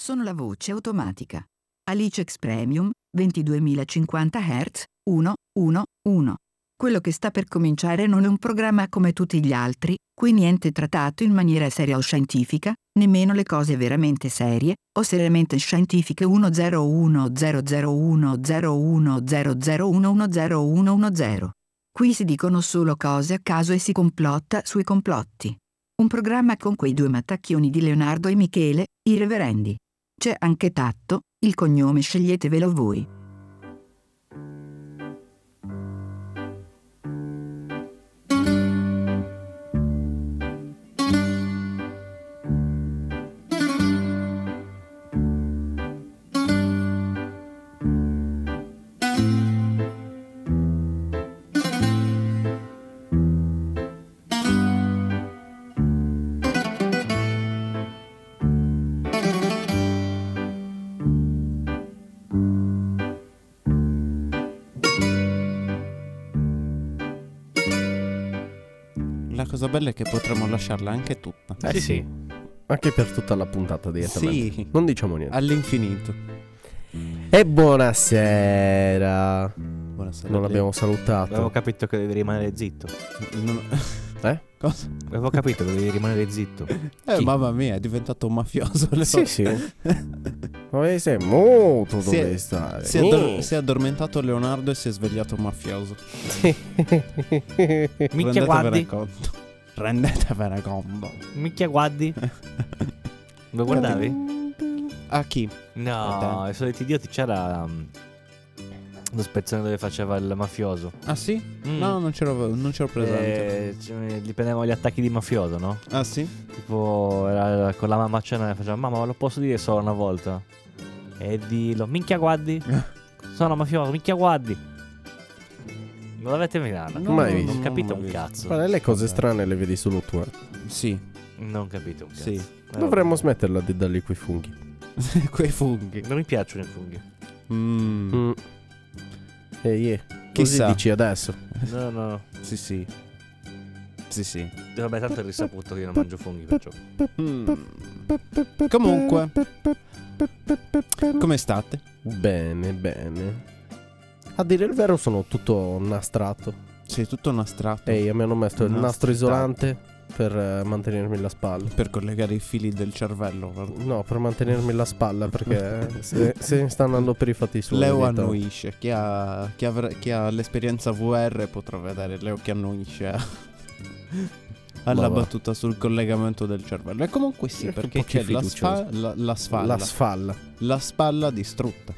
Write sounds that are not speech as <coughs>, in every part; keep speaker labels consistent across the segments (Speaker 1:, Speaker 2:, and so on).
Speaker 1: sono la voce automatica. Alice X Premium 22.050 Hz 111. Quello che sta per cominciare non è un programma come tutti gli altri, qui niente trattato in maniera seria o scientifica, nemmeno le cose veramente serie o seriamente scientifiche 101001010100110. Qui si dicono solo cose a caso e si complotta sui complotti. Un programma con quei due mattacchioni di Leonardo e Michele, i reverendi. C'è anche Tatto, il cognome sceglietevelo voi.
Speaker 2: La cosa bella è che potremmo lasciarla anche tutta.
Speaker 3: Eh sì, Anche per tutta la puntata direttamente.
Speaker 2: Sì. Ah.
Speaker 3: Non diciamo niente.
Speaker 2: All'infinito.
Speaker 3: E buonasera.
Speaker 2: Buonasera.
Speaker 3: Non
Speaker 2: Leo.
Speaker 3: l'abbiamo salutato.
Speaker 4: Avevo capito che devi rimanere zitto.
Speaker 2: Non-
Speaker 3: Eh?
Speaker 2: <laughs> Cosa?
Speaker 4: Avevo capito che devi rimanere <laughs> zitto.
Speaker 2: Eh,
Speaker 3: Chi?
Speaker 2: mamma mia, è diventato un mafioso. Leo. <laughs>
Speaker 3: Sì, sì. Ma sei molto
Speaker 2: Si è-
Speaker 3: dove stare.
Speaker 2: Si è,
Speaker 4: Oh.
Speaker 2: addor- si è addormentato Leonardo e si è svegliato mafioso.
Speaker 4: Minchia
Speaker 2: Rendetevene
Speaker 4: guardi,
Speaker 2: conto. Rendetevene conto.
Speaker 4: minchia
Speaker 2: <laughs>
Speaker 4: guardi. Lo guardavi?
Speaker 2: A chi?
Speaker 4: No, i soliti idioti c'era um, lo spezzone dove faceva il mafioso.
Speaker 2: Ah sì?
Speaker 4: Mm.
Speaker 2: No, non c'ero, non c'ero presente.
Speaker 4: Eh, c- gli prendevano gli attacchi di mafioso, no?
Speaker 2: Ah sì?
Speaker 4: Tipo, era con la mamma a cena e faceva Mamma, ma lo posso dire solo una volta? E dillo, minchia guardi.
Speaker 2: <laughs>
Speaker 4: Sono mafioso, minchia guardi. Non l'avete mai data?
Speaker 2: No,
Speaker 3: Mai
Speaker 4: non
Speaker 2: visto.
Speaker 4: ho capito
Speaker 2: non
Speaker 4: un
Speaker 2: mai
Speaker 4: cazzo.
Speaker 3: Ma le cose strane le vedi solo tu. eh.
Speaker 2: Sì, <laughs>
Speaker 4: Non capito un cazzo.
Speaker 2: Sì.
Speaker 4: Eh,
Speaker 3: Dovremmo
Speaker 4: vabbè.
Speaker 3: smetterla di dargli quei funghi.
Speaker 2: quei funghi.
Speaker 4: Non mi piacciono i
Speaker 2: <laughs>
Speaker 4: funghi.
Speaker 2: Mm.
Speaker 3: Mm. Ehi, eh. Così
Speaker 2: Chissà.
Speaker 3: dici adesso.
Speaker 4: No, no.
Speaker 2: Sì, sì. Sì, sì.
Speaker 4: Vabbè, tanto è risaputo che io non mangio funghi, perciò.
Speaker 2: Mm. Comunque, come state?
Speaker 3: Bene, bene. A dire il vero sono tutto nastrato.
Speaker 2: Sei tutto nastratto
Speaker 3: Ehi, mi hanno messo il
Speaker 2: Nastrato.
Speaker 3: nastro isolante per eh, mantenermi la spalla.
Speaker 2: per collegare i fili del cervello. guarda.
Speaker 3: No, per mantenermi la spalla <laughs> perché se, se ne sta andando per i fatti suoi.
Speaker 2: Leo
Speaker 3: ogni tanto.
Speaker 2: annuisce. Chi ha, chi avrà- chi ha l'esperienza VR potrà vedere Leo che annuisce a-
Speaker 3: <laughs>
Speaker 2: alla
Speaker 3: Ma va.
Speaker 2: battuta sul collegamento del cervello. E comunque sì,
Speaker 3: Un
Speaker 2: perché
Speaker 3: po'
Speaker 2: c'è la,
Speaker 3: fiducioso.
Speaker 2: spa- la, la sfalla.
Speaker 3: La sfalla.
Speaker 2: la spalla distrutta.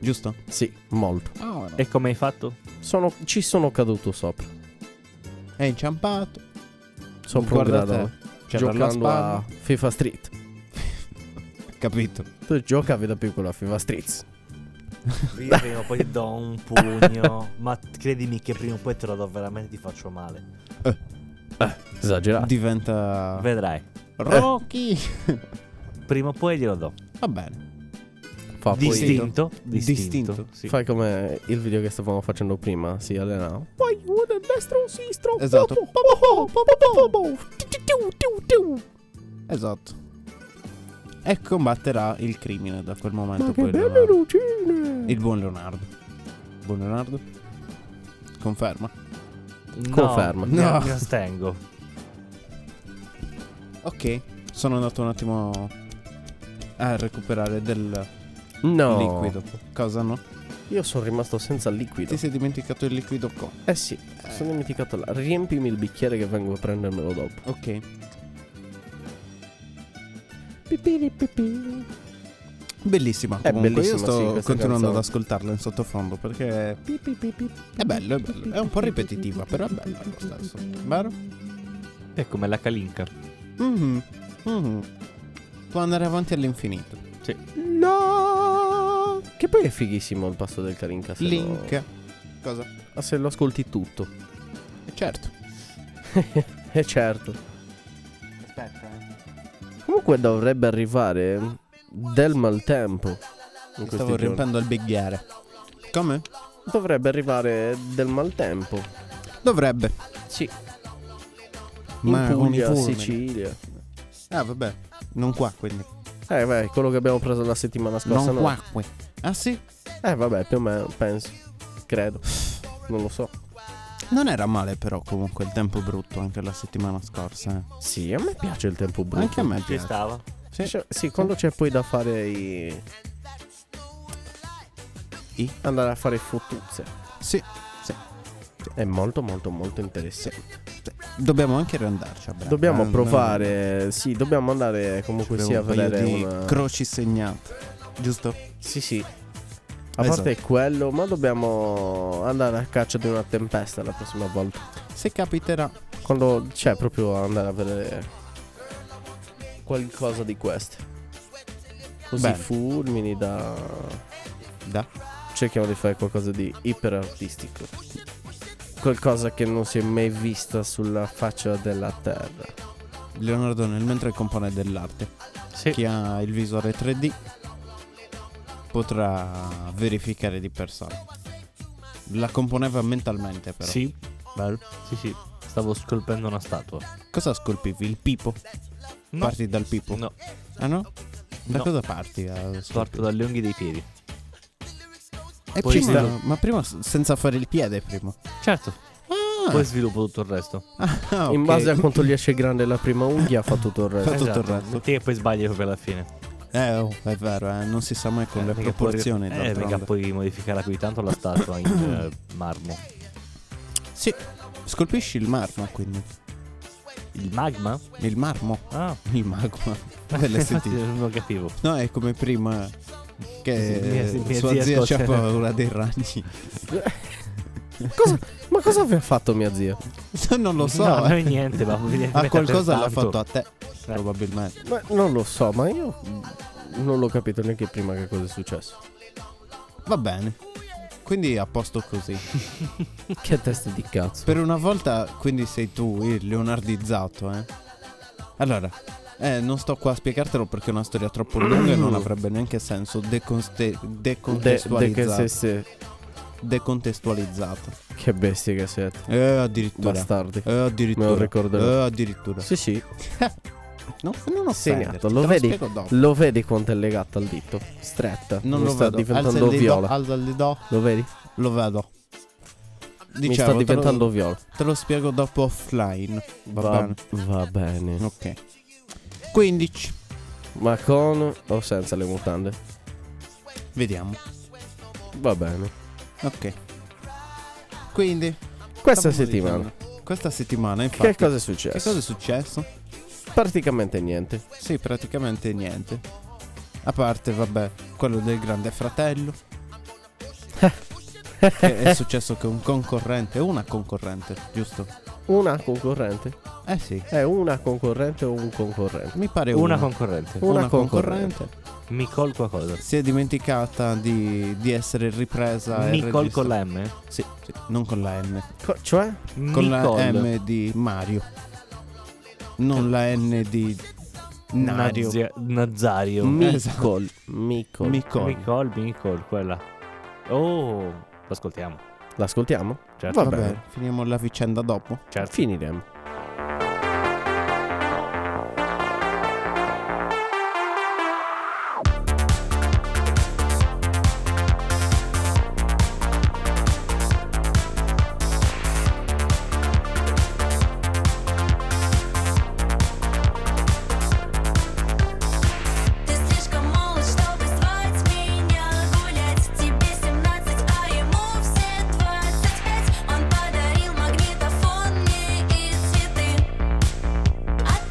Speaker 2: Giusto?
Speaker 3: <laughs> Sì, molto.
Speaker 4: E come hai fatto?
Speaker 3: Sono- ci sono caduto sopra.
Speaker 2: È inciampato.
Speaker 3: Sopra un
Speaker 2: Guarda
Speaker 3: gradone.
Speaker 2: te, C'era la
Speaker 3: Giocando
Speaker 2: spalla.
Speaker 3: a FIFA Street.
Speaker 2: Capito.
Speaker 3: Tu giocavi da piccolo a FIFA Street.
Speaker 4: Io prima o poi ti do un <laughs> pugno. ma credimi che prima o poi te lo do veramente ti faccio male.
Speaker 3: Esagerato.
Speaker 4: Ah.
Speaker 2: Diventa.
Speaker 4: Vedrai.
Speaker 2: Rocky.
Speaker 4: Prima o poi glielo do.
Speaker 2: Va bene.
Speaker 3: Fa poi-
Speaker 4: Distinto.
Speaker 2: Distinto.
Speaker 4: Distinto. Sì.
Speaker 3: Fai come il video che stavamo facendo prima. Si allenava. Poi uno a destra, un sinistro.
Speaker 2: Esatto.
Speaker 3: Po, po, po, po, po, po, po, po. Tiu, tiu, tiu, tiu.
Speaker 2: Esatto. E combatterà il crimine da quel momento
Speaker 3: Ma che
Speaker 2: poi.
Speaker 3: belle
Speaker 2: Leonardo.
Speaker 3: lucine.
Speaker 2: Il buon Leonardo. Buon Leonardo? Conferma.
Speaker 4: No,
Speaker 3: Conferma.
Speaker 4: Mi,
Speaker 2: No.
Speaker 4: mi astengo.
Speaker 2: Ok. Sono andato un attimo a recuperare del
Speaker 3: No.
Speaker 2: liquido. Cosa no?
Speaker 3: Io sono rimasto senza liquido.
Speaker 2: Ti sei dimenticato il liquido co.
Speaker 3: Eh sì, mi sono dimenticato là. Riempimi il bicchiere che vengo a prendermelo dopo.
Speaker 2: Ok. Bellissima.
Speaker 3: È
Speaker 2: comunque.
Speaker 3: Eh, bellissima,
Speaker 2: Io
Speaker 3: sì,
Speaker 2: sto
Speaker 3: questa
Speaker 2: continuando ad
Speaker 3: canzone.
Speaker 2: ascoltarla in sottofondo perché è bello, è bello. È un po' ripetitiva, però è bella allo stesso. Vero?
Speaker 4: È come la calinca.
Speaker 2: Mhm, mhm. Può andare avanti all'infinito.
Speaker 3: No! Che poi è fighissimo il passo del Kalinka. Se
Speaker 2: Link. Cosa?
Speaker 3: Lo, se lo ascolti tutto.
Speaker 2: Eh, Certo.
Speaker 3: Eh certo.
Speaker 2: Aspetta.
Speaker 3: Comunque dovrebbe arrivare del maltempo. in questi
Speaker 2: Stavo
Speaker 3: giorni.
Speaker 2: riempendo il bicchiere. Come?
Speaker 3: Dovrebbe arrivare del maltempo.
Speaker 2: Dovrebbe.
Speaker 3: Sì.
Speaker 2: Ma
Speaker 3: in Puglia,
Speaker 2: uniforme.
Speaker 3: Sicilia.
Speaker 2: Ah, vabbè. Non qua, quindi.
Speaker 3: Eh, beh, quello che abbiamo preso la settimana scorsa.
Speaker 2: Non
Speaker 3: no.
Speaker 2: quacque. Ah sì?
Speaker 3: Eh, vabbè, più o meno, penso. Credo. Non lo so.
Speaker 2: Non era male però comunque il tempo brutto anche la settimana scorsa. eh.
Speaker 3: Sì, a me piace il tempo brutto.
Speaker 2: Anche a me
Speaker 4: Ci
Speaker 2: piace.
Speaker 4: stava.
Speaker 2: Sì.
Speaker 3: Cioè, sì, quando c'è poi da fare i...
Speaker 2: I?
Speaker 3: Andare a fare fottuzze.
Speaker 2: Sì, sì.
Speaker 3: È molto, molto, molto interessante.
Speaker 2: Dobbiamo anche riandarci. a breve,
Speaker 3: Dobbiamo
Speaker 2: eh,
Speaker 3: dobbiamo- provare... Sì, dobbiamo andare
Speaker 2: non-
Speaker 3: comunque
Speaker 2: Abbiamo
Speaker 3: sia a
Speaker 2: un paio
Speaker 3: vedere
Speaker 2: di
Speaker 3: una...
Speaker 2: croci segnate. Giusto?
Speaker 3: Sì, sì. A
Speaker 2: Esatto.
Speaker 3: parte quello, ma dobbiamo andare a caccia di una tempesta la prossima volta.
Speaker 2: Se capiterà.
Speaker 3: Quando c'è proprio andare a vedere qualcosa di queste. Così
Speaker 2: Bene.
Speaker 3: fulmini da...
Speaker 2: Da.
Speaker 3: Cerchiamo di fare qualcosa di iperartistico. Qualcosa che non si è mai vista sulla faccia della terra.
Speaker 2: Leonardo nel mentre compone dell'arte.
Speaker 4: Sì.
Speaker 2: Chi ha il visore 3D potrà verificare di persona. La componeva mentalmente però.
Speaker 4: Sì. Bello. Sì, sì. Stavo scolpendo una statua.
Speaker 2: Cosa scolpivi? Il pipo?
Speaker 4: No.
Speaker 2: Parti dal pipo?
Speaker 4: No,
Speaker 2: Ah no? Da
Speaker 4: No.
Speaker 2: cosa parti? a
Speaker 4: parto
Speaker 2: scolpire?
Speaker 4: dalle unghie dei piedi.
Speaker 2: E
Speaker 4: poi
Speaker 2: prima-
Speaker 4: sta-
Speaker 2: ma prima s- senza fare il piede prima.
Speaker 4: <laughs> Certo,
Speaker 2: Ah,
Speaker 4: poi sviluppo tutto il resto.
Speaker 2: ah,
Speaker 3: In
Speaker 2: ok.
Speaker 3: base a quanto gli esce grande la prima unghia, fa tutto il resto. <laughs>
Speaker 2: Fa tutto il resto.
Speaker 4: metti che Esatto. poi sbagli proprio alla fine.
Speaker 2: Eh, oh, è vero, eh, non si sa mai con le
Speaker 4: Mica puoi-
Speaker 2: proporzioni.
Speaker 4: Eh,
Speaker 2: d'altronde.
Speaker 4: mica puoi modificare qui tanto la
Speaker 2: <coughs>
Speaker 4: statua in eh, marmo.
Speaker 2: Sì, scolpisci il marmo quindi.
Speaker 4: Il magma?
Speaker 2: Il marmo,
Speaker 4: Ah.
Speaker 2: il magma. Te l'hai
Speaker 4: Infatti
Speaker 2: sentito?
Speaker 4: <laughs> non capivo.
Speaker 2: No, è come prima che
Speaker 4: Mia- mia
Speaker 2: sua
Speaker 4: zia
Speaker 2: zia c'ha
Speaker 4: suocera.
Speaker 2: paura dei ragni.
Speaker 3: Cosa- ma cosa aveva fatto mia zia?
Speaker 2: <laughs> non lo so,
Speaker 4: No, non
Speaker 2: eh.
Speaker 4: è niente, ma
Speaker 2: a
Speaker 4: evidentemente
Speaker 2: qualcosa
Speaker 4: per
Speaker 2: l'ha
Speaker 4: tanto.
Speaker 2: fatto a te, probabilmente.
Speaker 3: Ma non lo so, ma io non l'ho capito neanche prima che cosa è successo.
Speaker 2: Va bene. Quindi a posto così.
Speaker 3: Che testa di cazzo.
Speaker 2: Per una volta, quindi sei tu il leonardizzato, eh. Allora, eh, non sto qua a spiegartelo perché è una storia troppo lunga e non avrebbe neanche senso deconste-
Speaker 3: De, de che,
Speaker 2: decontestualizzata.
Speaker 3: se, se-
Speaker 2: decontestualizzata.
Speaker 3: che bestie che siete.
Speaker 2: Eh, addirittura.
Speaker 3: Bastardi.
Speaker 2: Eh, addirittura.
Speaker 3: Me lo ricordo.
Speaker 2: Eh, addirittura.
Speaker 3: Sì, sì.
Speaker 2: No, non ho
Speaker 3: Segnato, lo vedi? Lo vedi quanto è legata al dito? Stretta.
Speaker 2: Non
Speaker 3: Mi
Speaker 2: lo
Speaker 3: sta
Speaker 2: vedo.
Speaker 3: diventando
Speaker 2: alza il
Speaker 3: viola.
Speaker 2: Dito, Ah. alza il dito,
Speaker 3: Lo vedi?
Speaker 2: lo vedo.
Speaker 3: Mi
Speaker 2: Dicevo,
Speaker 3: sta
Speaker 2: Diciamo, te lo-
Speaker 3: diventando viola.
Speaker 2: te, lo, spiego dopo offline. Va, bene.
Speaker 3: va bene.
Speaker 2: Ok. 15.
Speaker 3: Ma con o senza le mutande?
Speaker 2: Vediamo.
Speaker 3: Va bene.
Speaker 2: Ok. Quindi.
Speaker 3: Questa
Speaker 2: stavamo
Speaker 3: settimana.
Speaker 2: dicendo, Questa settimana, infatti.
Speaker 3: Che cosa è
Speaker 2: che
Speaker 3: successo?
Speaker 2: cosa è successo?
Speaker 3: Praticamente niente.
Speaker 2: Sì, praticamente niente. A parte, vabbè, quello del grande fratello. che è successo che un concorrente, una concorrente, giusto?
Speaker 3: Una concorrente?
Speaker 2: Eh sì,
Speaker 3: È una concorrente o un concorrente?
Speaker 2: mi pare
Speaker 4: Una
Speaker 2: una.
Speaker 4: concorrente.
Speaker 3: una
Speaker 2: una concorrente.
Speaker 4: Mi colco a cosa?
Speaker 2: Si è dimenticata di, di essere ripresa. e
Speaker 4: Nicole
Speaker 2: eh, registrata.
Speaker 4: con la M?
Speaker 2: Sì, sì, non con la N.
Speaker 3: Co- cioè?
Speaker 2: Con
Speaker 4: Nicole.
Speaker 2: la M di Mario. Non la N di Nario.
Speaker 4: Nazia- Nazario.
Speaker 2: Esatto.
Speaker 3: Micol. Micol.
Speaker 2: Micol.
Speaker 4: Nicole, Nicole, quella. Oh, l'ascoltiamo.
Speaker 3: L'ascoltiamo?
Speaker 4: Certo.
Speaker 3: Va
Speaker 2: Vabbè,
Speaker 3: bene.
Speaker 2: finiamo la vicenda dopo.
Speaker 4: Certo.
Speaker 3: Finiremo.
Speaker 5: Ты слишком молод, чтобы звать меня гулять Тебе семнадцать, а ему все двадцать пять Он подарил магнитофон мне и А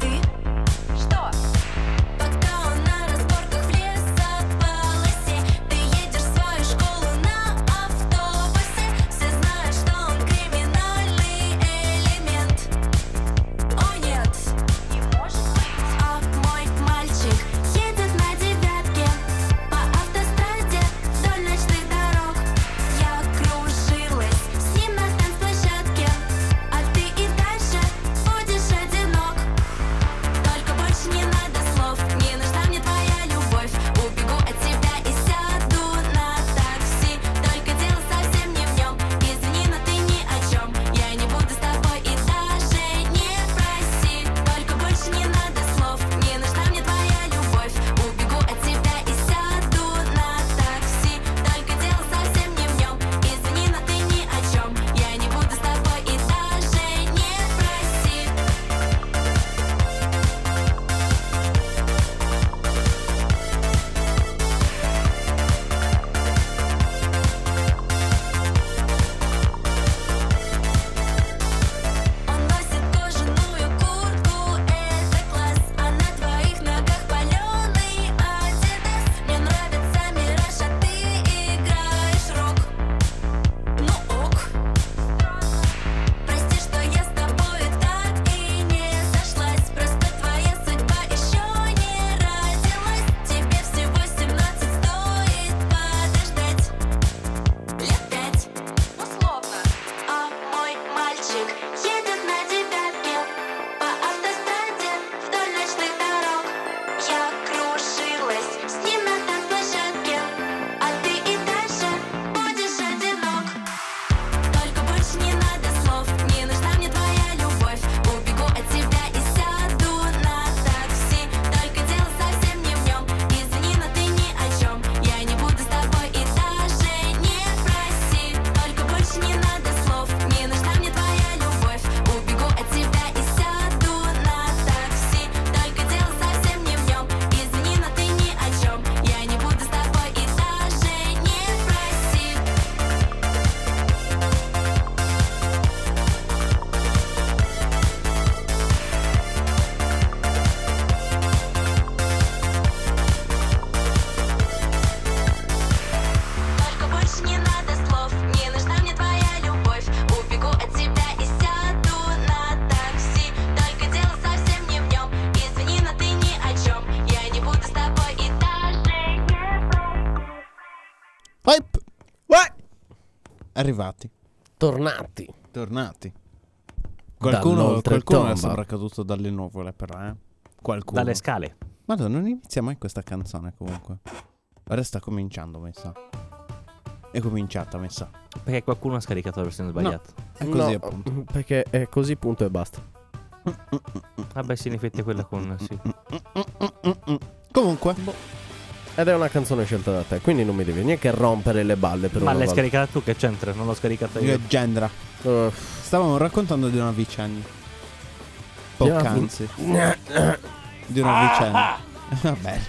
Speaker 2: Pipe!
Speaker 3: Uè!
Speaker 2: Arrivati,
Speaker 3: Tornati.
Speaker 2: tornati. Qualcuno,
Speaker 3: Dall'oltretomba.
Speaker 2: qualcuno è sopraccaduto dalle nuvole, però, eh? Qualcuno.
Speaker 4: Dalle scale.
Speaker 2: Madonna, non inizia mai questa canzone comunque. Ora sta cominciando, mi sa. È cominciata, mi sa.
Speaker 4: Perché qualcuno ha scaricato la versione sbagliata.
Speaker 2: È così
Speaker 3: No,
Speaker 2: appunto.
Speaker 3: Perché è così, punto e basta.
Speaker 4: Vabbè, sì, in effetti è quella con. Sì.
Speaker 2: Comunque,
Speaker 3: Boh, Ed è una canzone scelta da te, quindi non mi devi neanche rompere le balle per
Speaker 4: Ma
Speaker 3: una
Speaker 4: l'hai
Speaker 3: volta. Eh,
Speaker 4: scaricata tu che c'entra? Non l'ho scaricata io.
Speaker 2: leggendra.
Speaker 3: Uff,
Speaker 2: Stavamo raccontando di una vicenda.
Speaker 3: Di una
Speaker 2: Poc'anzi. Di una vicenda. Vabbè,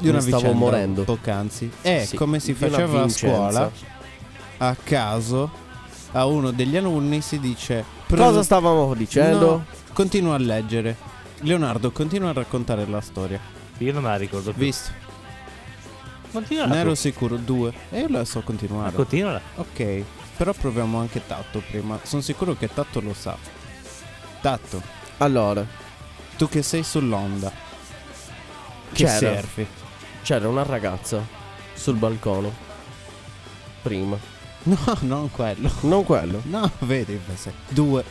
Speaker 2: di una
Speaker 3: Ah, mi stavo
Speaker 2: vicenda.
Speaker 3: morendo.
Speaker 2: Poc'anzi. E
Speaker 3: Sì,
Speaker 2: come si
Speaker 3: di una
Speaker 2: faceva a
Speaker 3: Vincenza.
Speaker 2: scuola, a caso, a uno degli alunni si dice...
Speaker 3: Cosa stavamo dicendo?
Speaker 2: No, continua a leggere. Leonardo continua a raccontare la storia.
Speaker 4: Io non me la ricordo più.
Speaker 2: Visto?
Speaker 3: Ah,
Speaker 4: Continua.
Speaker 2: Ne ero sicuro. Due. E io la so continuare.
Speaker 4: Continua.
Speaker 2: Ok, però proviamo anche Tatto prima. Sono sicuro che Tatto lo sa. Tatto,
Speaker 3: Allora,
Speaker 2: tu che sei sull'onda. Che
Speaker 3: C'era.
Speaker 2: surfi.
Speaker 3: c'era una ragazza sul balcone. Prima.
Speaker 2: No, non quello.
Speaker 3: Non quello.
Speaker 2: No, vedi invece. Due.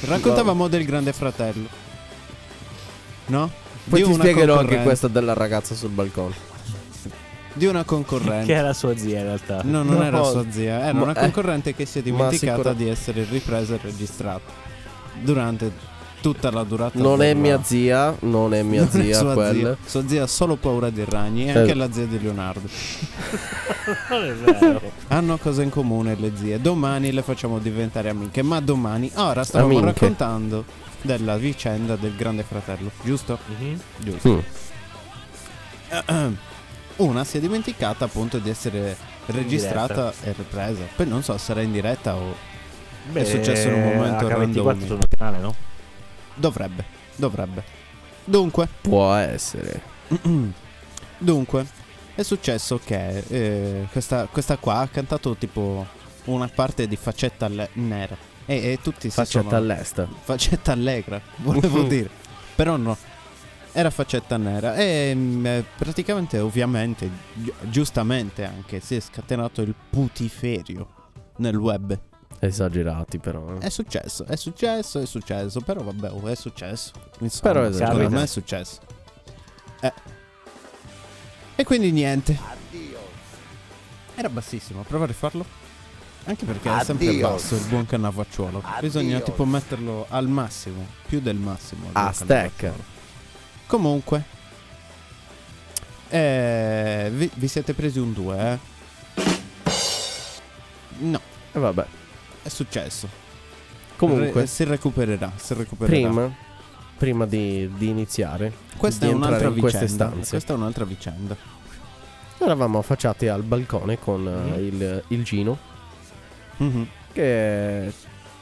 Speaker 2: Raccontavamo del grande fratello. No?
Speaker 3: Poi
Speaker 2: di
Speaker 3: ti
Speaker 2: una
Speaker 3: spiegherò anche
Speaker 2: concorrente-
Speaker 3: questa della ragazza sul balcone.
Speaker 2: Di una
Speaker 4: Che
Speaker 2: concorrente.
Speaker 4: era sua zia in realtà.
Speaker 2: No, non
Speaker 3: No.
Speaker 2: era sua zia, era
Speaker 3: Ma-
Speaker 2: una concorrente che si è dimenticata
Speaker 3: sicura-
Speaker 2: di essere ripresa e registrata durante tutta la durata
Speaker 3: Non è
Speaker 2: della-
Speaker 3: mia zia,
Speaker 2: <laughs>
Speaker 3: non è mia
Speaker 2: Non è
Speaker 3: zia
Speaker 2: sua
Speaker 3: quella.
Speaker 2: Zia. Sua zia ha solo paura di ragni e
Speaker 3: Eh.
Speaker 2: anche la zia di Leonardo.
Speaker 4: <laughs> Non è vero.
Speaker 2: Hanno cose in comune le zie. Domani le facciamo diventare amiche, ma domani ora stavamo
Speaker 3: Amiche.
Speaker 2: raccontando della vicenda del grande fratello, giusto?
Speaker 4: Mhm.
Speaker 2: Giusto. Eh,
Speaker 3: Mm.
Speaker 2: <clears throat> Una si è dimenticata appunto di essere registrata e ripresa. Poi non so se sarà in diretta o È successo in un momento
Speaker 4: H24
Speaker 2: random.
Speaker 4: sul canale, no?
Speaker 2: dovrebbe, dovrebbe. Dunque, <clears throat>
Speaker 3: Può essere.
Speaker 2: Dunque, è successo che eh, questa, questa qua ha cantato tipo una parte di Facetta alle- Nera e, e tutti si
Speaker 3: Facciata
Speaker 2: sono...
Speaker 3: all'est.
Speaker 2: Facetta Allegra, <laughs> volevo dire. Però no, era Facetta Nera e mm, eh, praticamente, ovviamente, gi- giustamente anche, si è scatenato il putiferio nel web.
Speaker 3: Esagerati però. eh.
Speaker 2: È successo, è successo, è successo, però vabbè, oh, è successo. Insomma,
Speaker 3: Però è
Speaker 2: secondo
Speaker 4: successo.
Speaker 2: me è successo. Eh. E quindi niente. Era bassissimo, prova a rifarlo. Anche perché è sempre basso il buon cannavacciuolo. Bisogna tipo metterlo al massimo, più del massimo. il buon
Speaker 3: Ah, stack.
Speaker 2: Cannavacciuolo. Comunque. Eh, vi, vi siete presi un 2, eh? No,
Speaker 3: E vabbè.
Speaker 2: è successo. Re-
Speaker 3: Comunque,
Speaker 2: si recupererà, si recupererà.
Speaker 3: prima, prima di, di iniziare,
Speaker 2: questa è
Speaker 3: di entrare
Speaker 2: un'altra
Speaker 3: in queste
Speaker 2: vicenda.
Speaker 3: stanze.
Speaker 2: Questa è un'altra vicenda.
Speaker 3: eravamo affacciati al balcone con eh,
Speaker 2: Mm.
Speaker 3: il, il Gino.
Speaker 2: Mhm.
Speaker 3: Che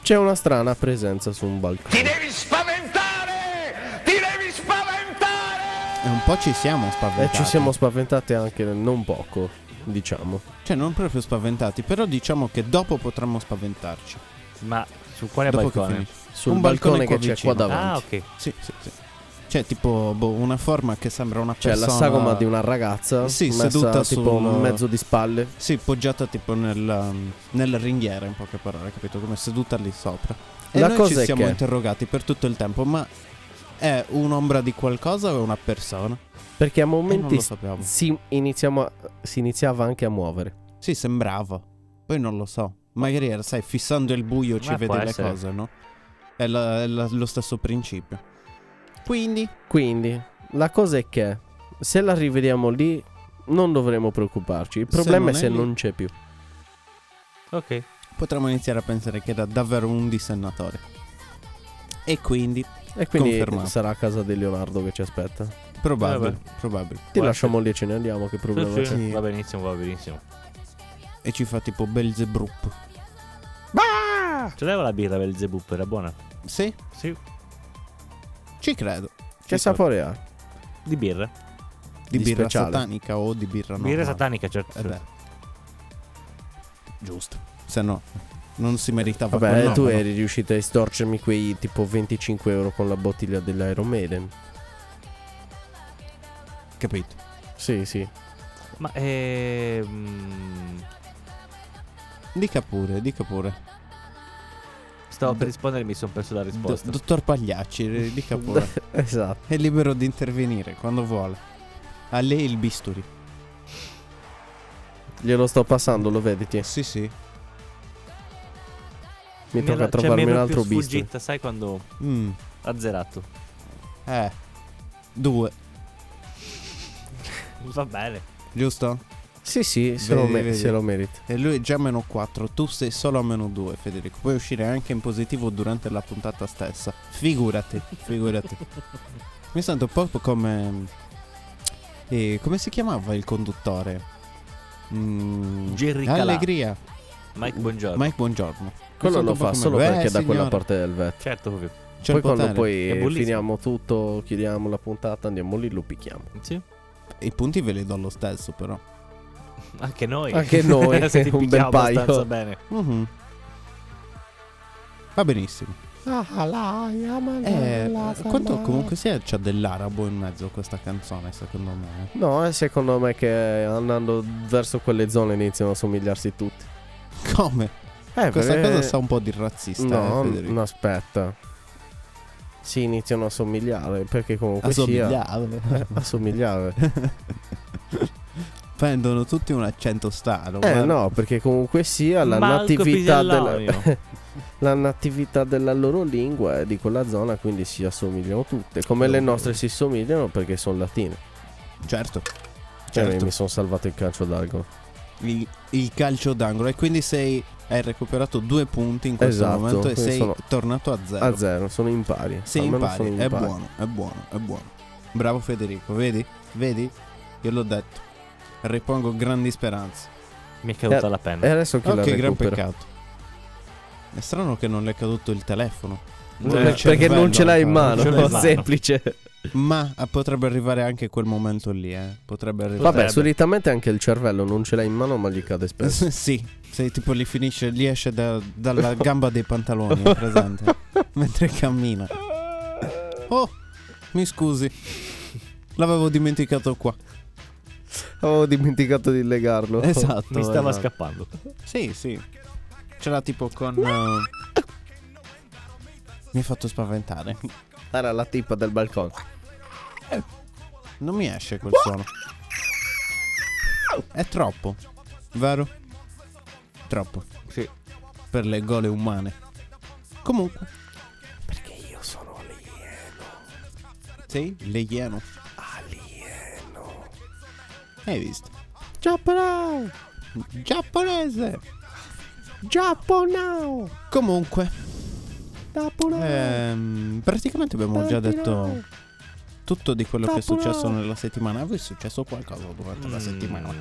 Speaker 3: c'è una strana presenza su un balcone.
Speaker 2: E un po' ci siamo
Speaker 3: E
Speaker 2: spaventati.
Speaker 3: Eh, ci siamo spaventati anche non poco, diciamo.
Speaker 2: Cioè, non proprio spaventati, però diciamo che dopo potremmo spaventarci.
Speaker 4: Ma su
Speaker 3: Eh,
Speaker 4: quale
Speaker 2: dopo che
Speaker 4: balcone?
Speaker 2: finisce.
Speaker 3: Sul
Speaker 2: Un balcone
Speaker 3: balcone,
Speaker 2: qua
Speaker 3: che c'è
Speaker 2: vicino.
Speaker 3: qua
Speaker 4: Ah,
Speaker 3: davanti.
Speaker 4: ok.
Speaker 2: Sì, sì, sì. C'è tipo boh, una forma che sembra una
Speaker 3: C'è
Speaker 2: persona.
Speaker 3: Cioè, la sagoma di una ragazza
Speaker 2: Sì,
Speaker 3: messa
Speaker 2: seduta
Speaker 3: tipo
Speaker 2: sul-
Speaker 3: mezzo di spalle.
Speaker 2: Sì, poggiata tipo nel, um, nella ringhiera, in poche parole, capito? Come seduta lì sopra. E
Speaker 3: La
Speaker 2: noi
Speaker 3: cosa
Speaker 2: ci
Speaker 3: è
Speaker 2: siamo
Speaker 3: che-
Speaker 2: interrogati per tutto il tempo, ma è un'ombra di qualcosa o è una persona?
Speaker 3: Perché a
Speaker 2: E Eh, non
Speaker 3: momenti
Speaker 2: lo sappiamo.
Speaker 3: si, iniziamo a- si iniziava anche a muovere.
Speaker 2: Sì, sembrava. Poi non lo so. Magari era, sai, fissando il buio ci
Speaker 4: Ma può
Speaker 2: vede le
Speaker 4: essere.
Speaker 2: cose, no? È, la- è la- lo stesso principio. Quindi,
Speaker 3: Quindi, la cosa è che se la rivediamo lì, non dovremo preoccuparci. Il
Speaker 2: Se
Speaker 3: problema
Speaker 2: non
Speaker 3: è
Speaker 2: è
Speaker 3: se
Speaker 2: lì.
Speaker 3: non c'è più.
Speaker 4: Ok.
Speaker 2: potremmo iniziare a pensare che era davvero un dissennatore. E quindi,
Speaker 3: E quindi
Speaker 2: Confermato.
Speaker 3: sarà a casa di Leonardo che ci aspetta. Ti
Speaker 2: probabile,
Speaker 4: Vabbè.
Speaker 2: probabile.
Speaker 4: Può
Speaker 3: lasciamo lì e ce ne andiamo. Che problema
Speaker 4: Sì,
Speaker 3: c'è?
Speaker 4: sì. Va benissimo, va benissimo.
Speaker 2: E ci fa tipo Belzebrup. Ah.
Speaker 4: Ce l'avevo la birra del Zebup, era buona.
Speaker 2: Sì,
Speaker 4: Sì.
Speaker 2: ci credo. Ci
Speaker 3: Che
Speaker 2: credo.
Speaker 3: sapore ha?
Speaker 4: Di birra.
Speaker 2: Di,
Speaker 3: di
Speaker 2: birra
Speaker 3: speciale?
Speaker 2: satanica o di birra normale.
Speaker 4: birra satanica, certo.
Speaker 2: Eh beh. Giusto. Se no, non si meritava
Speaker 3: Vabbè,
Speaker 2: quel
Speaker 3: tu
Speaker 2: nome, no?
Speaker 3: eri riuscito a estorcermi quei tipo 25 euro con la bottiglia dell'Iron Maiden.
Speaker 2: Capito.
Speaker 3: Sì, sì.
Speaker 4: Ma ehm,
Speaker 2: Dica pure, dica pure.
Speaker 4: stavo
Speaker 2: Do-
Speaker 4: per rispondere, mi sono perso la
Speaker 2: Do-
Speaker 4: risposta.
Speaker 2: dottor Pagliacci, re-
Speaker 3: <laughs>
Speaker 2: dica pure.
Speaker 3: esatto.
Speaker 2: È libero di intervenire quando vuole. A lei il bisturi.
Speaker 3: Glielo sto passando, lo vediti.
Speaker 2: Sì, sì.
Speaker 3: Mi
Speaker 4: era-
Speaker 3: tocca
Speaker 4: cioè,
Speaker 3: trovarmi
Speaker 4: mi
Speaker 3: un
Speaker 4: era
Speaker 3: altro
Speaker 4: più
Speaker 3: bisturi.
Speaker 4: sfuggita, sai quando
Speaker 2: Mm,
Speaker 4: azzerato.
Speaker 2: eh. Due,
Speaker 4: Va bene.
Speaker 2: giusto?
Speaker 3: Sì, sì, se, lo,
Speaker 2: Vedi,
Speaker 3: mer-
Speaker 2: vedi.
Speaker 3: se lo meriti.
Speaker 2: E lui è già a meno 4, tu sei solo a meno 2, Federico. Puoi uscire anche in positivo durante la puntata stessa. Figurati,
Speaker 3: <laughs>
Speaker 2: figurati. Mi sento un po' come. eh, come si chiamava il conduttore? Mm,
Speaker 4: Jerry Calà.
Speaker 2: Allegria.
Speaker 4: Mike, buongiorno.
Speaker 2: Mike, buongiorno. Mi sento
Speaker 3: Quello lo
Speaker 2: un po'
Speaker 3: fa
Speaker 2: come
Speaker 3: solo
Speaker 2: lui. Eh,
Speaker 3: perché è da quella
Speaker 2: signora,
Speaker 3: parte del vetro.
Speaker 4: Certo, ovvio.
Speaker 2: c'è
Speaker 3: Poi
Speaker 2: il
Speaker 3: quando
Speaker 2: potere.
Speaker 4: È
Speaker 3: poi
Speaker 4: bullissimo.
Speaker 3: finiamo tutto, chiudiamo la puntata, andiamo lì, lo picchiamo.
Speaker 4: Sì.
Speaker 2: I punti ve li do lo stesso, però.
Speaker 4: Anche noi.
Speaker 3: Anche noi,
Speaker 4: <laughs> Se ti
Speaker 3: un bel
Speaker 4: picchiamo
Speaker 3: paio.
Speaker 4: abbastanza bene.
Speaker 2: Mhm. Va benissimo.
Speaker 4: Ah,
Speaker 2: Eh, quanto comunque sia c'è dell'arabo in mezzo a questa canzone, secondo me.
Speaker 3: No, eh, secondo me che andando verso quelle zone iniziano a somigliarsi tutti.
Speaker 2: <laughs> Come?
Speaker 3: Eh,
Speaker 2: Questa
Speaker 3: perché-
Speaker 2: cosa sa un po' di razzista,
Speaker 3: No,
Speaker 2: eh, Federico.
Speaker 3: no, aspetta. Si iniziano a somigliare perché comunque sia...
Speaker 2: Assomigliava.
Speaker 3: A somigliare.
Speaker 2: <laughs> Prendono tutti un accento strano.
Speaker 3: Eh
Speaker 2: ma-
Speaker 3: no, perché comunque sia la
Speaker 4: Malco
Speaker 3: natività, della,
Speaker 4: Pisillario.
Speaker 3: <laughs> la natività della loro lingua è di quella zona, quindi si assomigliano tutte. Come le nostre si somigliano perché sono latine.
Speaker 2: Certo.
Speaker 3: Cioè,
Speaker 2: Certo.
Speaker 3: mi sono salvato il calcio d'alcol.
Speaker 2: Il, il calcio d'angolo. E quindi sei. Hai recuperato due punti in questo
Speaker 3: Esatto,
Speaker 2: momento e
Speaker 3: quindi
Speaker 2: sei
Speaker 3: sono-
Speaker 2: tornato a zero.
Speaker 3: A zero, sono impari.
Speaker 2: Sei
Speaker 3: Almeno
Speaker 2: impari.
Speaker 3: sono
Speaker 2: È
Speaker 3: impari.
Speaker 2: buono, è buono, è buono. Bravo Federico, vedi? Vedi? Io l'ho detto. Ripongo grandi speranze.
Speaker 4: Mi è caduta
Speaker 3: Eh,
Speaker 4: la
Speaker 3: E
Speaker 4: penna.
Speaker 3: adesso chi
Speaker 2: Ah,
Speaker 3: la
Speaker 2: che gran
Speaker 3: recupera?
Speaker 2: peccato. È strano che non le è caduto il telefono.
Speaker 3: Eh,
Speaker 2: Nel
Speaker 3: perché
Speaker 2: cervello
Speaker 3: non ce l'hai in
Speaker 2: ancora.
Speaker 3: mano,
Speaker 4: Non ce l'hai
Speaker 3: <laughs>
Speaker 4: in mano.
Speaker 3: semplice.
Speaker 2: Ma eh, potrebbe arrivare anche quel momento lì, eh. Potrebbe arrivare.
Speaker 3: Vabbè, solitamente anche il cervello non ce l'ha in mano, ma gli cade <laughs>
Speaker 2: <laughs>
Speaker 3: spesso.
Speaker 2: sì, se tipo li finisce, gli esce da-
Speaker 3: <laughs>
Speaker 2: dalla gamba dei pantaloni, è presente? Mentre cammina. Oh, mi scusi. L'avevo dimenticato
Speaker 3: <laughs>
Speaker 2: qua.
Speaker 3: Avevo dimenticato di legarlo.
Speaker 2: Esatto.
Speaker 4: Mi stava
Speaker 2: esatto.
Speaker 4: scappando.
Speaker 2: Sì, sì. Ce l'ha tipo con... eh, Mi hai fatto spaventare.
Speaker 3: Era la tipa del balcone.
Speaker 2: Non mi esce quel suono. È troppo, vero? Troppo. Sì. Per le gole umane. Comunque.
Speaker 3: Perché io sono alieno.
Speaker 2: Sì, le ieno. Hai visto?
Speaker 3: Giapponese!
Speaker 2: Giapponese!
Speaker 3: Giapponao!
Speaker 2: Comunque,
Speaker 3: Giapponao!
Speaker 2: ehm, praticamente abbiamo già detto tutto di quello che è successo nella settimana. A voi è successo qualcosa durante la settimana?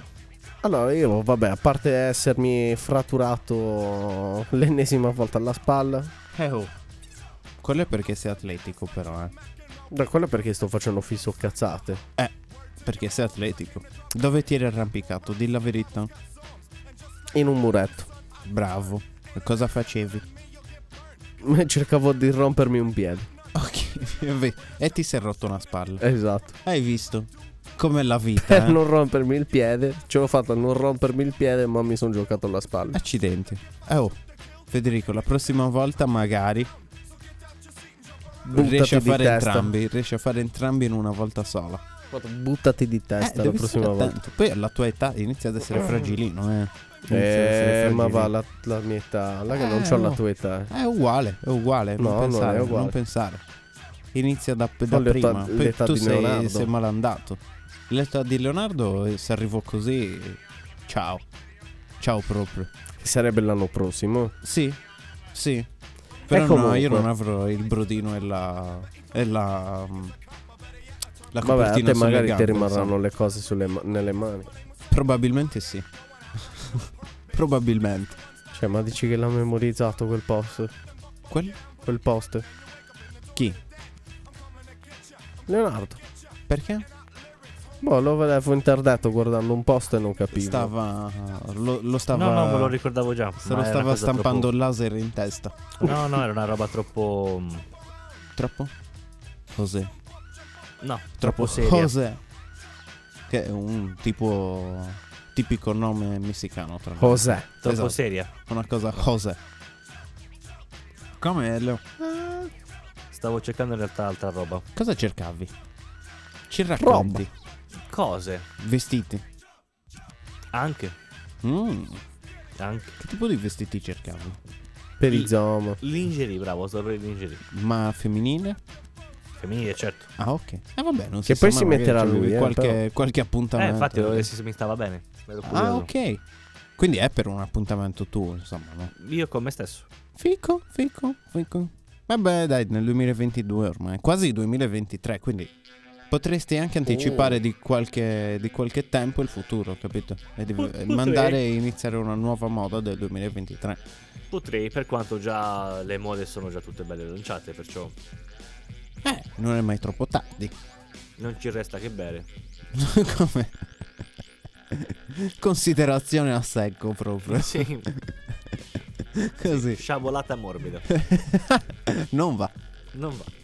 Speaker 3: Allora io, vabbè, a parte essermi fratturato l'ennesima volta alla spalla,
Speaker 2: Eh oh. Quello è perché sei atletico, però, eh.
Speaker 3: da quello perché sto facendo fisso cazzate.
Speaker 2: Eh, perché sei atletico. Dove ti eri arrampicato? Di la verità.
Speaker 3: In un muretto.
Speaker 2: Bravo. E cosa facevi? <laughs>
Speaker 3: <laughs> Cercavo di rompermi un piede.
Speaker 2: Ok, <laughs> ve- e ti sei rotto una spalla.
Speaker 3: Esatto.
Speaker 2: Hai visto? Come la <laughs>
Speaker 3: Per
Speaker 2: vita. Eh?
Speaker 3: <laughs> non rompermi il piede, ce l'ho fatta a non rompermi il piede, ma mi sono giocato alla spalla.
Speaker 2: Accidenti. Eh oh, Federico, la prossima volta magari
Speaker 3: Buttati
Speaker 2: riesci a
Speaker 3: di
Speaker 2: fare
Speaker 3: testa.
Speaker 2: entrambi. Riesci a fare entrambi in una volta sola.
Speaker 3: Guarda, Buttati di
Speaker 2: Eh,
Speaker 3: testa la
Speaker 2: devi stare
Speaker 3: prossima volta.
Speaker 2: attento. Poi alla tua età inizia ad essere fragilino, eh. Inizia ad essere
Speaker 3: Eh,
Speaker 2: fragilino.
Speaker 3: ma va la, la mia età, la che non
Speaker 2: Eh,
Speaker 3: c'ho la
Speaker 2: no.
Speaker 3: tua età.
Speaker 2: È uguale, è uguale.
Speaker 3: No,
Speaker 2: non
Speaker 3: non è
Speaker 2: pensare, non,
Speaker 3: uguale.
Speaker 2: pensare. Inizia da, da
Speaker 3: Con l'età-
Speaker 2: prima. Poi
Speaker 3: l'età
Speaker 2: tu
Speaker 3: di
Speaker 2: sei,
Speaker 3: Leonardo.
Speaker 2: sei malandato. L'età di Leonardo, eh, se arrivò così, ciao. Ciao proprio.
Speaker 3: Che sarebbe l'anno prossimo.
Speaker 2: Sì, sì. Però
Speaker 3: E
Speaker 2: no,
Speaker 3: comunque-
Speaker 2: io non avrò il brodino e la. e la. mm, La
Speaker 3: Vabbè,
Speaker 2: copertina
Speaker 3: a te
Speaker 2: sulle
Speaker 3: magari
Speaker 2: gambe,
Speaker 3: ti rimarranno
Speaker 2: insomma.
Speaker 3: le cose sulle ma- nelle mani.
Speaker 2: Probabilmente sì. <laughs> Probabilmente.
Speaker 3: Cioè, ma dici che l'ha memorizzato quel post?
Speaker 2: Quel-
Speaker 3: Quel post?
Speaker 2: Chi?
Speaker 3: Leonardo.
Speaker 2: Perché?
Speaker 3: Boh, lo vedevo interdetto guardando un post e non capivo.
Speaker 2: Stava. Lo, lo stava.
Speaker 4: No, no, me lo ricordavo già.
Speaker 2: Se
Speaker 4: ma
Speaker 2: lo
Speaker 4: era
Speaker 2: stava
Speaker 4: una cosa
Speaker 2: stampando il laser in testa.
Speaker 4: troppo- No, no, era una roba troppo. mm,
Speaker 2: Troppo? Cos'è?
Speaker 4: No,
Speaker 2: Troppo
Speaker 4: troppo seria.
Speaker 2: Cos'è? che è un tipo tipico nome messicano tra l'altro.
Speaker 3: José.
Speaker 4: Troppo
Speaker 2: Esatto.
Speaker 4: seria.
Speaker 2: Una cosa José. Come lo-
Speaker 4: Stavo cercando in realtà altra roba.
Speaker 2: Cosa cercavi? Ci racconti.
Speaker 4: Cose.
Speaker 2: Vestiti.
Speaker 4: Anche.
Speaker 2: Mm,
Speaker 4: Anche.
Speaker 2: Che tipo di vestiti cercavi?
Speaker 3: Perizoma.
Speaker 4: Lingerie, bravo, sto per il lingerie.
Speaker 2: Ma femminile?
Speaker 4: Femminile, certo.
Speaker 2: Ah, ok. E vabbè, non
Speaker 3: Che
Speaker 2: si
Speaker 3: poi
Speaker 2: sa,
Speaker 3: si
Speaker 2: magari
Speaker 3: metterà
Speaker 2: c'avevi
Speaker 3: lui, eh,
Speaker 2: qualche,
Speaker 3: però.
Speaker 2: qualche
Speaker 4: Eh,
Speaker 2: appuntamento.
Speaker 4: infatti, lo- se mi stava bene. Ero
Speaker 2: Ah,
Speaker 4: curioso.
Speaker 2: ok. Quindi è per un appuntamento tuo, insomma, no?
Speaker 4: Io con me stesso.
Speaker 2: Fico, fico, fico. Vabbè, dai, nel 2022 ormai, quasi 2023, quindi potresti anche
Speaker 4: Oh.
Speaker 2: anticipare di, qualche, di qualche tempo il futuro, capito? E di-
Speaker 4: Pot-
Speaker 2: e mandare e iniziare una nuova moda del 2023.
Speaker 4: Potrei, per quanto già le mode sono già tutte belle lanciate, perciò
Speaker 2: Eh, non è mai troppo tardi. <laughs>
Speaker 4: non ci resta che bere.
Speaker 2: Come? Considerazione a secco proprio.
Speaker 4: Sì.
Speaker 2: <laughs> Così.
Speaker 4: <laughs> Sciabolata morbida.
Speaker 2: <laughs> non va.
Speaker 4: Non va.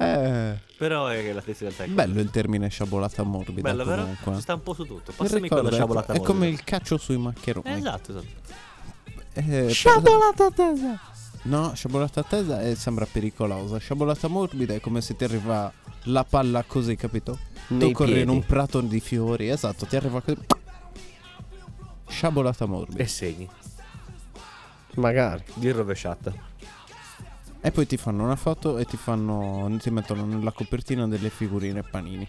Speaker 2: Eh,
Speaker 4: Però è che la stessa realtà è quella.
Speaker 2: bello il termine sciabolata morbida.
Speaker 4: Bello, vero?
Speaker 2: comunque.
Speaker 4: Ci sta un po' su tutto.
Speaker 2: Mi
Speaker 4: Passami
Speaker 2: ricordo,
Speaker 4: quella sciabolata
Speaker 2: è, è
Speaker 4: morbida.
Speaker 2: come il caccio sui maccheroni.
Speaker 4: Eh, Esatto, esatto.
Speaker 2: Eh,
Speaker 3: Sciabolata tesa.
Speaker 2: No, sciabolata tesa eh, sembra pericolosa. Sciabolata morbida è come se ti arriva la palla così, capito?
Speaker 3: Nei
Speaker 2: tu corri in
Speaker 3: piedi.
Speaker 2: un prato di fiori, esatto, ti arriva così. Sciabolata morbida.
Speaker 4: E segni.
Speaker 3: Magari.
Speaker 4: Di rovesciata.
Speaker 2: E poi ti fanno una foto e ti fanno. ti mettono nella copertina delle figurine panini.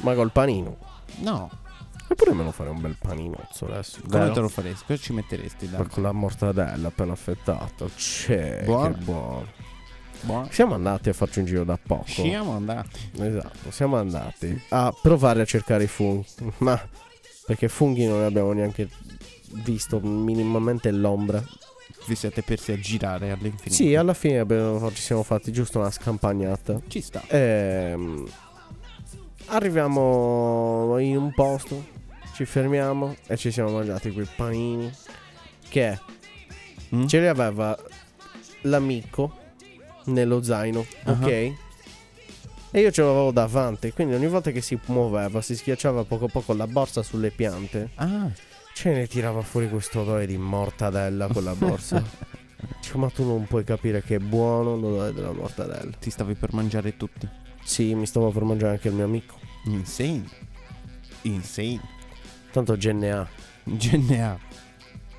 Speaker 3: Ma col panino.
Speaker 2: No,
Speaker 3: Eppure me lo farei un bel paninozzo adesso.
Speaker 2: come
Speaker 3: Vero?
Speaker 2: te lo faresti? Cosa ci metteresti?
Speaker 3: Ma
Speaker 2: Dai?
Speaker 3: Con la mortadella appena affettata. C'è.
Speaker 2: Buono.
Speaker 3: Che buono.
Speaker 2: Buono.
Speaker 3: Siamo andati a farci un giro da poco.
Speaker 2: Siamo andati.
Speaker 3: Esatto, siamo andati a provare a cercare i funghi. Ma perché funghi non ne abbiamo neanche visto minimamente l'ombra.
Speaker 2: Vi siete persi a girare all'infinito.
Speaker 3: Sì, alla fine abbiamo- ci siamo fatti giusto una scampagnata.
Speaker 2: ci sta.
Speaker 3: Ehm, arriviamo in un posto, ci fermiamo e ci siamo mangiati quei panini. Che
Speaker 2: Mm?
Speaker 3: ce li aveva l'amico nello zaino,
Speaker 2: Ah.
Speaker 3: ok? E io ce l'avevo davanti, quindi ogni volta che si muoveva si schiacciava poco a poco la borsa sulle piante.
Speaker 2: Ah,
Speaker 3: Ce ne tirava fuori questo odore di mortadella con la borsa. <laughs> Dico, ma tu non puoi capire che è buono l'odore della mortadella.
Speaker 2: ti stavi per mangiare tutti.
Speaker 3: Sì, mi stavo per mangiare anche il mio amico.
Speaker 2: Insane. Insane.
Speaker 3: Tanto GNA
Speaker 2: GNA.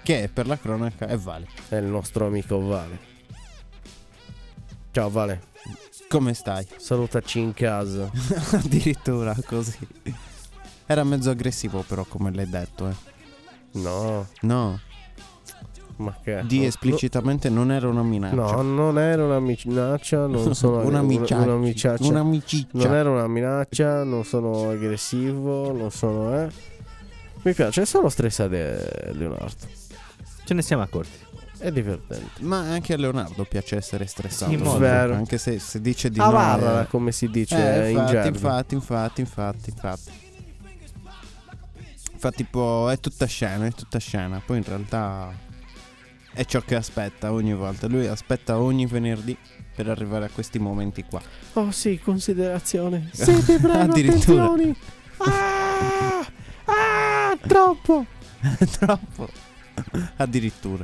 Speaker 2: Che per la cronaca è Vale.
Speaker 3: è il nostro amico Vale. Ciao Vale,
Speaker 2: Come stai? <laughs>
Speaker 3: salutaci in <laughs> casa.
Speaker 2: Addirittura così. Era mezzo aggressivo però come l'hai detto, eh.
Speaker 3: No,
Speaker 2: No,
Speaker 3: ma che...
Speaker 2: di esplicitamente non era una minaccia.
Speaker 3: Eh, No, non era una minaccia,
Speaker 2: <laughs>
Speaker 3: non sono
Speaker 2: una micaccia.
Speaker 3: una micaccia.
Speaker 2: Una miciccia.
Speaker 3: Non era una minaccia, non sono aggressivo, non sono eh. Mi piace, sono stressate Leonardo.
Speaker 4: Ce ne siamo accorti.
Speaker 3: È divertente.
Speaker 2: Ma anche a Leonardo piace essere stressato.
Speaker 4: Sì, molto.
Speaker 3: Vero.
Speaker 2: Anche se, se dice di
Speaker 3: Avarra,
Speaker 2: no.
Speaker 3: Ah,
Speaker 2: eh.
Speaker 3: come si dice
Speaker 2: Cioè,
Speaker 3: eh, in
Speaker 2: infatti,
Speaker 3: gergo.
Speaker 2: infatti, infatti, infatti, infatti. Fa tipo, è tutta scena, è tutta scena. Poi in realtà è ciò che aspetta ogni volta. Lui aspetta ogni venerdì per arrivare a questi momenti qua. <laughs>
Speaker 3: Oh sì, considerazione. Siete bravi,
Speaker 2: Addirittura.
Speaker 3: attenzioni. Ah! Ah! Troppo.
Speaker 2: Troppo. Addirittura.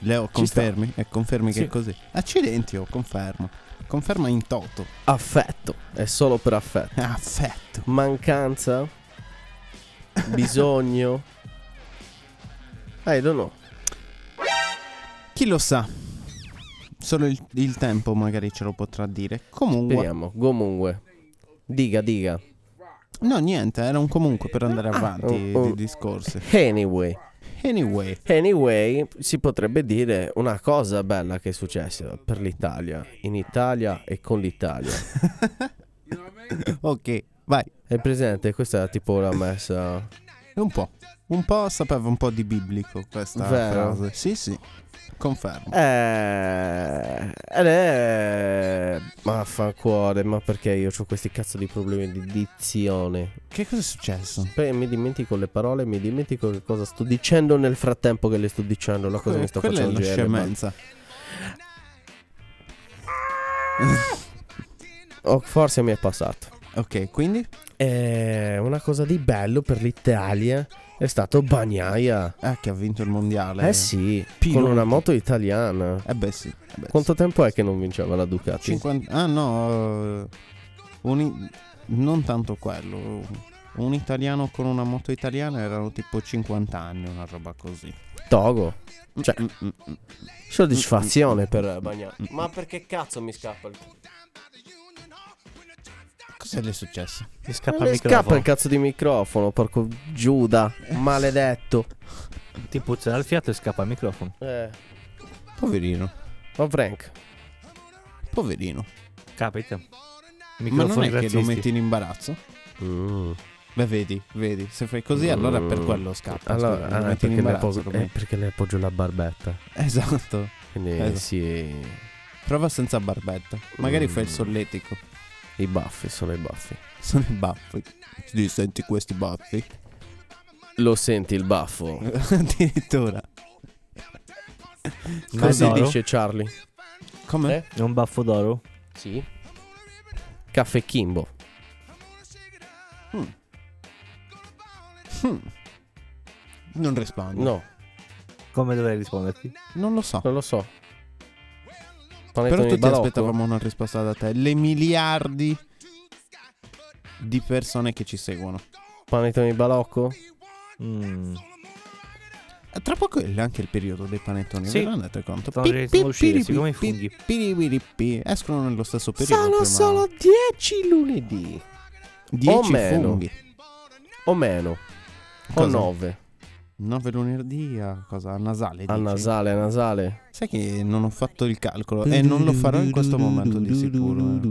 Speaker 2: Leo, confermi? E confermi che
Speaker 3: Sì.
Speaker 2: è così. Accidenti, oh, confermo. Conferma in toto.
Speaker 3: Affetto, è solo per affetto.
Speaker 2: Affetto.
Speaker 3: Mancanza?
Speaker 2: <laughs>
Speaker 3: Bisogno? I don't know.
Speaker 2: Chi lo sa? Solo il, il tempo magari ce lo potrà dire. Comunque...
Speaker 3: Vediamo, comunque. Diga, diga.
Speaker 2: No, niente, era un comunque per andare avanti
Speaker 3: oh,
Speaker 2: di
Speaker 3: oh.
Speaker 2: discorsi.
Speaker 3: Anyway.
Speaker 2: Anyway,
Speaker 3: Anyway, si potrebbe dire una cosa bella che è successa per l'Italia, in Italia e con l'Italia.
Speaker 2: ok, vai.
Speaker 3: È presente, questa era tipo la messa.
Speaker 2: Un po'. Un po' sapeva un po' di biblico questa
Speaker 3: Vero?
Speaker 2: frase. Sì, sì. Confermo.
Speaker 3: Eh, ed è. Ma fa cuore, ma perché io ho questi cazzo di problemi di dizione?
Speaker 2: Che cosa è successo?
Speaker 3: Poi mi dimentico le parole, mi dimentico che cosa sto dicendo nel frattempo che le sto dicendo, la cosa
Speaker 2: Que-
Speaker 3: mi sto
Speaker 2: Quella è
Speaker 3: facendo
Speaker 2: la
Speaker 3: girare le balle.
Speaker 2: scemenza.
Speaker 3: Oh, forse mi è passato.
Speaker 2: Ok, quindi?
Speaker 3: E una cosa di bello per l'Italia è stato Bagnaia.
Speaker 2: Eh, che ha vinto il mondiale.
Speaker 3: Eh sì,
Speaker 2: Pilota.
Speaker 3: con una moto italiana.
Speaker 2: Eh beh sì. eh beh
Speaker 3: Quanto tempo è che non vinceva la Ducati?
Speaker 2: sì. 50 Ah no. eh, un i- Non tanto quello. Un italiano con una moto italiana erano tipo 50 anni, una roba così.
Speaker 3: Togo. Cioè,
Speaker 2: Mm, mm, mm.
Speaker 3: Soddisfazione per Bagnaia. Ma perché cazzo mi mm, scappa il
Speaker 2: Cosa le è successo?
Speaker 4: Mi scappa il
Speaker 3: Mi scappa
Speaker 4: microfono.
Speaker 3: il cazzo di microfono, porco Giuda, maledetto.
Speaker 4: Ti puzza dal fiato e scappa il microfono.
Speaker 3: Eh,
Speaker 2: Poverino.
Speaker 3: ma Oh, Frank,
Speaker 2: Poverino.
Speaker 4: Capita.
Speaker 2: Ma
Speaker 4: Microfono
Speaker 2: non è che lo metti in imbarazzo?
Speaker 3: Mm.
Speaker 2: Beh, vedi, vedi, se fai così allora per quello scappa.
Speaker 3: allora,
Speaker 2: scusa, lo
Speaker 3: ah,
Speaker 2: metti in
Speaker 3: perché, le
Speaker 2: imbarazzo
Speaker 3: appoggio,
Speaker 2: come-
Speaker 3: <laughs> eh, perché le appoggio la barbetta.
Speaker 2: Esatto.
Speaker 3: Quindi
Speaker 2: Esatto.
Speaker 3: sì,
Speaker 2: Prova senza barbetta. Magari
Speaker 3: Mm.
Speaker 2: fai il solletico.
Speaker 3: i baffi sono i baffi.
Speaker 2: Sono i baffi. Sì, senti questi baffi? <laughs>
Speaker 3: Lo senti il baffo?
Speaker 2: Addirittura.
Speaker 4: Ma
Speaker 3: Così
Speaker 4: è d'oro?
Speaker 3: dice Charlie.
Speaker 2: Come?
Speaker 3: Eh?
Speaker 4: È un baffo d'oro?
Speaker 3: Sì. Caffè Kimbo.
Speaker 2: Hmm. Non rispondo.
Speaker 3: No,
Speaker 4: Come dovrei risponderti?
Speaker 2: Non lo so.
Speaker 3: non lo so.
Speaker 2: Però
Speaker 3: Panettoni
Speaker 2: tutti
Speaker 3: balocco?
Speaker 2: aspettavamo una risposta da te. Le miliardi di persone che ci seguono.
Speaker 3: Panettoni balocco?
Speaker 4: Mm.
Speaker 2: Eh, Tra poco è anche il periodo dei panettoni,
Speaker 4: Sì.
Speaker 2: ve ne rendete conto?
Speaker 4: Stanno-
Speaker 2: Pi-
Speaker 4: stanno
Speaker 2: pi-
Speaker 4: uscendo,
Speaker 2: pi-
Speaker 4: siccome i
Speaker 2: pi-
Speaker 4: funghi.
Speaker 2: pi- pi- pi- Escono nello stesso periodo.
Speaker 3: Sono
Speaker 2: più o
Speaker 3: solo
Speaker 2: meno.
Speaker 3: 10 lunedì. o
Speaker 2: 10
Speaker 3: meno.
Speaker 2: funghi.
Speaker 3: O meno. O
Speaker 2: Cosa?
Speaker 3: 9.
Speaker 2: 9 lunedì a cosa? A nasale.
Speaker 3: Al
Speaker 2: dici?
Speaker 3: nasale, al nasale.
Speaker 2: Sai che non ho fatto il calcolo e non lo farò in questo momento di sicuro. eh.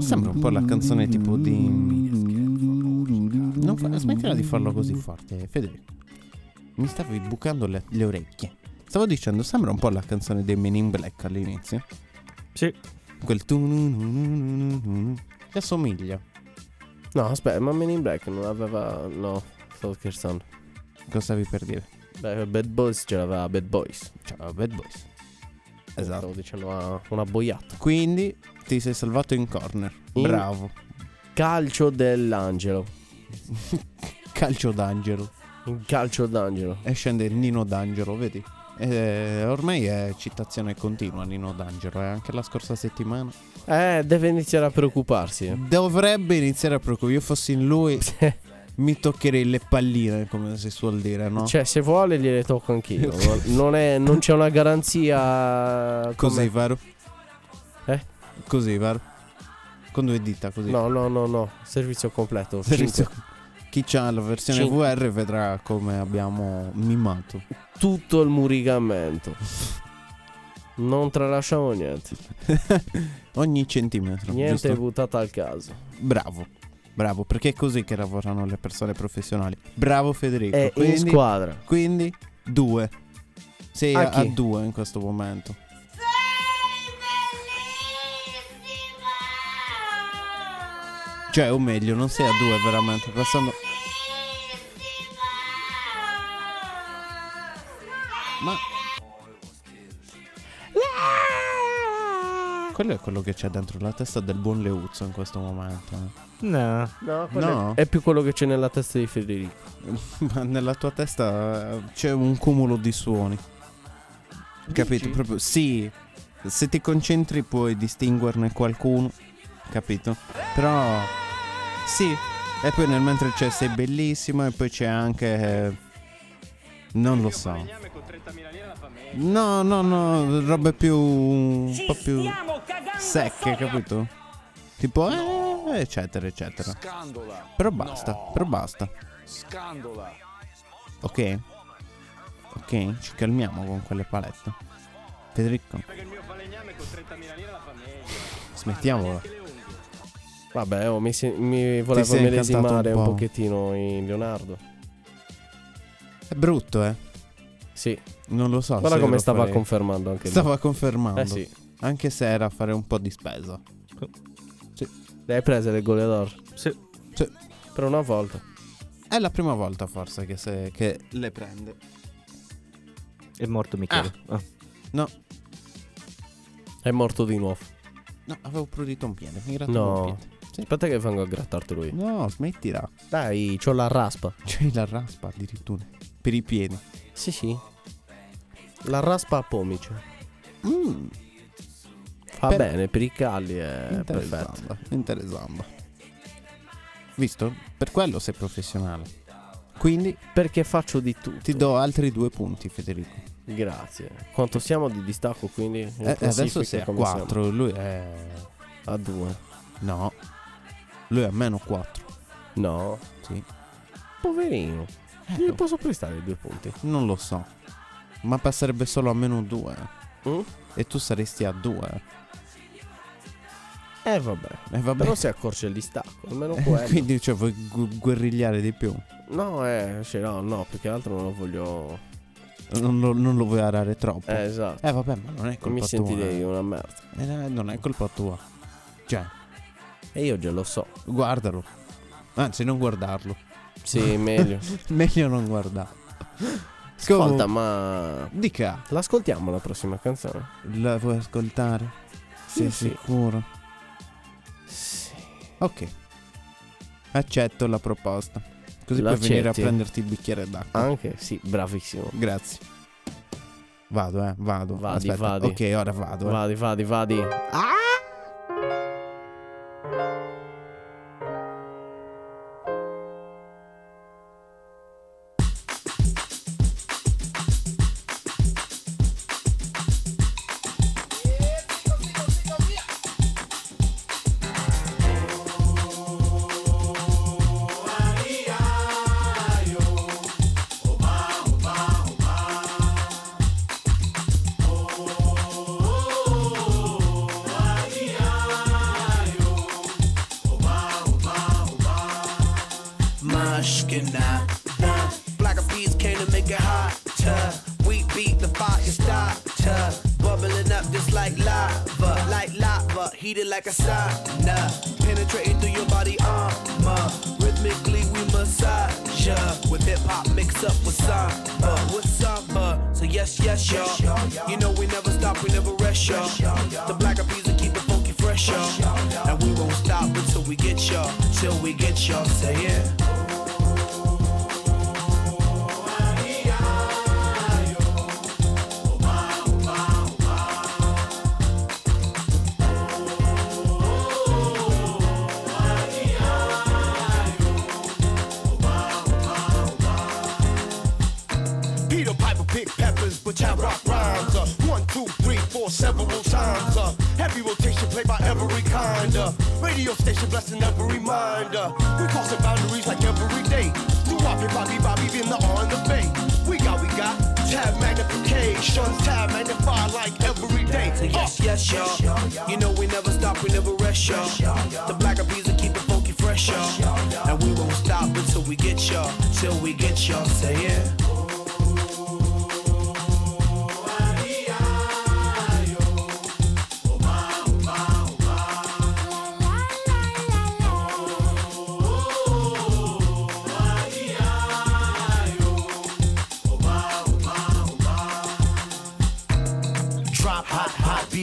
Speaker 2: Sembra un po' la canzone tipo di. Non fa- smettila di farlo così forte, Federico. Mi stavi bucando le, le orecchie. Stavo dicendo, sembra un po' la canzone dei Men in Black all'inizio.
Speaker 4: Sì.
Speaker 2: Quel tu. nu- nu- nu- nu- nu- nu- nu. Ti assomiglia.
Speaker 3: No, aspetta, ma Men in Black non aveva. No, sto scherzando.
Speaker 2: Cosa stavi per dire?
Speaker 3: Beh, Bad Boys ce l'aveva Bad Boys.
Speaker 2: Ciao, Bad Boys. Esatto.
Speaker 3: Stavo dicendo una, una boiata.
Speaker 2: Quindi ti sei salvato in corner.
Speaker 3: In-
Speaker 2: Bravo.
Speaker 3: Calcio dell'angelo.
Speaker 2: Calcio d'angelo.
Speaker 3: Un calcio d'angelo.
Speaker 2: E scende Nino D'Angelo, vedi? Eh, ormai è citazione continua Nino D'Angelo, eh, anche la scorsa settimana.
Speaker 3: Eh, deve iniziare a preoccuparsi. eh.
Speaker 2: Dovrebbe iniziare a preoccupare. Io fossi in lui, mi toccherei le palline, come si suol dire, no?
Speaker 3: Cioè, se vuole gliele tocco
Speaker 2: <laughs>
Speaker 3: anch'io. Non- Non, è, non c'è una garanzia.
Speaker 2: così,
Speaker 3: come-
Speaker 2: vero?
Speaker 3: Eh?
Speaker 2: Così, vero? Con due dita, così. <laughs>
Speaker 3: No, no, no, no. Servizio completo.
Speaker 2: Servizio-
Speaker 3: Cinque.
Speaker 2: Chi c'ha la versione
Speaker 3: Cinque.
Speaker 2: VR vedrà come abbiamo mimato.
Speaker 3: Tutto il murigamento. Non tralasciamo niente.
Speaker 2: Ogni centimetro.
Speaker 3: Niente
Speaker 2: giusto?
Speaker 3: buttata al caso.
Speaker 2: Bravo. Bravo, perché è così che lavorano le persone professionali. Bravo Federico.
Speaker 3: È Eh, in
Speaker 2: Ecco, Quindi-
Speaker 3: squadra.
Speaker 2: Quindi due. Sei
Speaker 3: A
Speaker 2: a, a
Speaker 3: chi?
Speaker 2: due in questo momento.
Speaker 5: bellissima!
Speaker 2: Cioè, o meglio, non sei a due veramente. Passando. Ma. Quello è quello che c'è dentro la testa del buon Leuzzo in questo momento. eh.
Speaker 4: No.
Speaker 3: No,
Speaker 2: quello No.
Speaker 3: È più quello che c'è nella testa di Federico.
Speaker 2: Ma nella tua testa eh, c'è un cumulo di suoni. Capito? Proprio. Sì. Se ti concentri puoi distinguerne qualcuno. Capito? Però. Sì. E poi nel mentre c'è sei bellissima e poi c'è anche. eh, Non lo so. No, no, no, robe più. un po' più. secche, capito? Tipo, eh, eccetera, eccetera. Però basta, però basta. Ok? Ok, ci calmiamo con quelle palette. Federico. Smettiamola.
Speaker 3: Vabbè, oh, mi, se- mi volevo
Speaker 2: sei
Speaker 3: medesimare
Speaker 2: incantato
Speaker 3: un,
Speaker 2: un po'.
Speaker 3: pochettino in Leonardo.
Speaker 2: È brutto, eh.
Speaker 3: Sì,
Speaker 2: Non lo so.
Speaker 3: guarda
Speaker 2: se
Speaker 3: come
Speaker 2: Ah, lo
Speaker 3: stava
Speaker 2: farei.
Speaker 3: confermando anche lui.
Speaker 2: Stava confermando.
Speaker 3: Eh sì,
Speaker 2: Anche se era a fare un po' di spesa.
Speaker 3: le hai prese le goleador
Speaker 4: Sì.
Speaker 3: per una volta.
Speaker 2: È la prima volta forse che, se- che le prende.
Speaker 4: È morto Michele. Ah.
Speaker 2: No,
Speaker 3: È morto di nuovo.
Speaker 2: no, avevo prudito un piede. Mi grattavo un
Speaker 3: No,
Speaker 2: piede.
Speaker 3: Aspetta che vengo a grattarti lui.
Speaker 2: No, smettila.
Speaker 3: Dai, c'ho la raspa.
Speaker 2: C'è la raspa addirittura. Per i piedi.
Speaker 3: Sì, sì. La raspa a pomice.
Speaker 2: Mm,
Speaker 3: Fa
Speaker 2: Per-
Speaker 3: bene, per i calli è Eh, perfetto.
Speaker 2: interessante. Interessante. Visto? Per quello sei professionale. Quindi
Speaker 3: Perché faccio di tutto.
Speaker 2: ti do altri due punti, Federico.
Speaker 3: Grazie. Quanto siamo di distacco quindi? In
Speaker 2: Eh, adesso
Speaker 3: classifica
Speaker 2: sei a
Speaker 3: come
Speaker 2: 4. Lui è.
Speaker 3: siamo? A 2.
Speaker 2: No. Lui è a meno 4.
Speaker 3: No.
Speaker 2: Sì.
Speaker 3: Poverino.
Speaker 2: Eh,
Speaker 3: Gli posso prestare i due punti?
Speaker 2: Non lo so. Ma passerebbe solo a meno 2.
Speaker 3: Mm?
Speaker 2: E tu saresti a 2.
Speaker 3: Eh vabbè.
Speaker 2: E vabbè.
Speaker 3: Però si accorce il distacco, almeno quello.
Speaker 2: <laughs> Quindi cioè, vuoi gu- guerrigliare di più.
Speaker 3: No, eh, cioè, no, no, perché altro non lo voglio.
Speaker 2: Non lo, non lo vuoi arare troppo.
Speaker 3: Eh,
Speaker 2: Eh,
Speaker 3: esatto.
Speaker 2: vabbè, ma non è colpa
Speaker 3: Mi
Speaker 2: tua.
Speaker 3: sentirei una merda.
Speaker 2: eh. Eh, non è colpa tua. Cioè,
Speaker 3: E io già lo so.
Speaker 2: guardalo. Anzi, non guardarlo. <laughs>
Speaker 3: Sì, meglio.
Speaker 2: Meglio non guardarlo.
Speaker 3: Ascolta,
Speaker 2: Comunque,
Speaker 3: ma.
Speaker 2: Dica,
Speaker 3: L'ascoltiamo la prossima canzone?
Speaker 2: la vuoi ascoltare? Sei
Speaker 3: sì.
Speaker 2: sicuro?
Speaker 3: Sì.
Speaker 2: Ok. Accetto la proposta. Così puoi
Speaker 3: L'accetti?
Speaker 2: venire a prenderti il bicchiere d'acqua.
Speaker 3: Anche? Sì, bravissimo.
Speaker 2: Grazie. Vado, eh, vado.
Speaker 3: Vadi,
Speaker 2: Aspetta.
Speaker 3: vadi.
Speaker 2: Ok, ora vado. eh.
Speaker 3: Vadi, vadi, vadi.
Speaker 6: Mushkina. Black eyed peas came to make it hotter. We beat the fire starter. Bubbling up just like lava, like lava, heated like a sauna. Penetrating through your body armor. Rhythmically we massage ya. With hip hop mix up with samba, with samba. So yes, yes, y'all. You know we never stop, we never rest, y'all. The black eyed peas will keep it funky fresh, y'all. And we won't stop until we get y'all, till we get y'all. Say yeah.
Speaker 7: Peter Piper picked peppers, but I rock rhymes. Uh, one, two, three, four, several times. Uh, heavy rotation played by every kind. Uh, radio station blessing every mind. Uh, we crossing boundaries like every day. Through Bobby, Bobby, Bobby, being the R and the bay. We got, we got tab magnification, tab magnified like every day.
Speaker 6: So yes,
Speaker 7: Uh,
Speaker 6: yes, y'all. You know we never stop, we never rest, y'all. The black eyed peas will keep it funky fresh, y'all. And we won't stop until we get y'all, till we get y'all. Say yeah.
Speaker 8: Drop hot, hot, be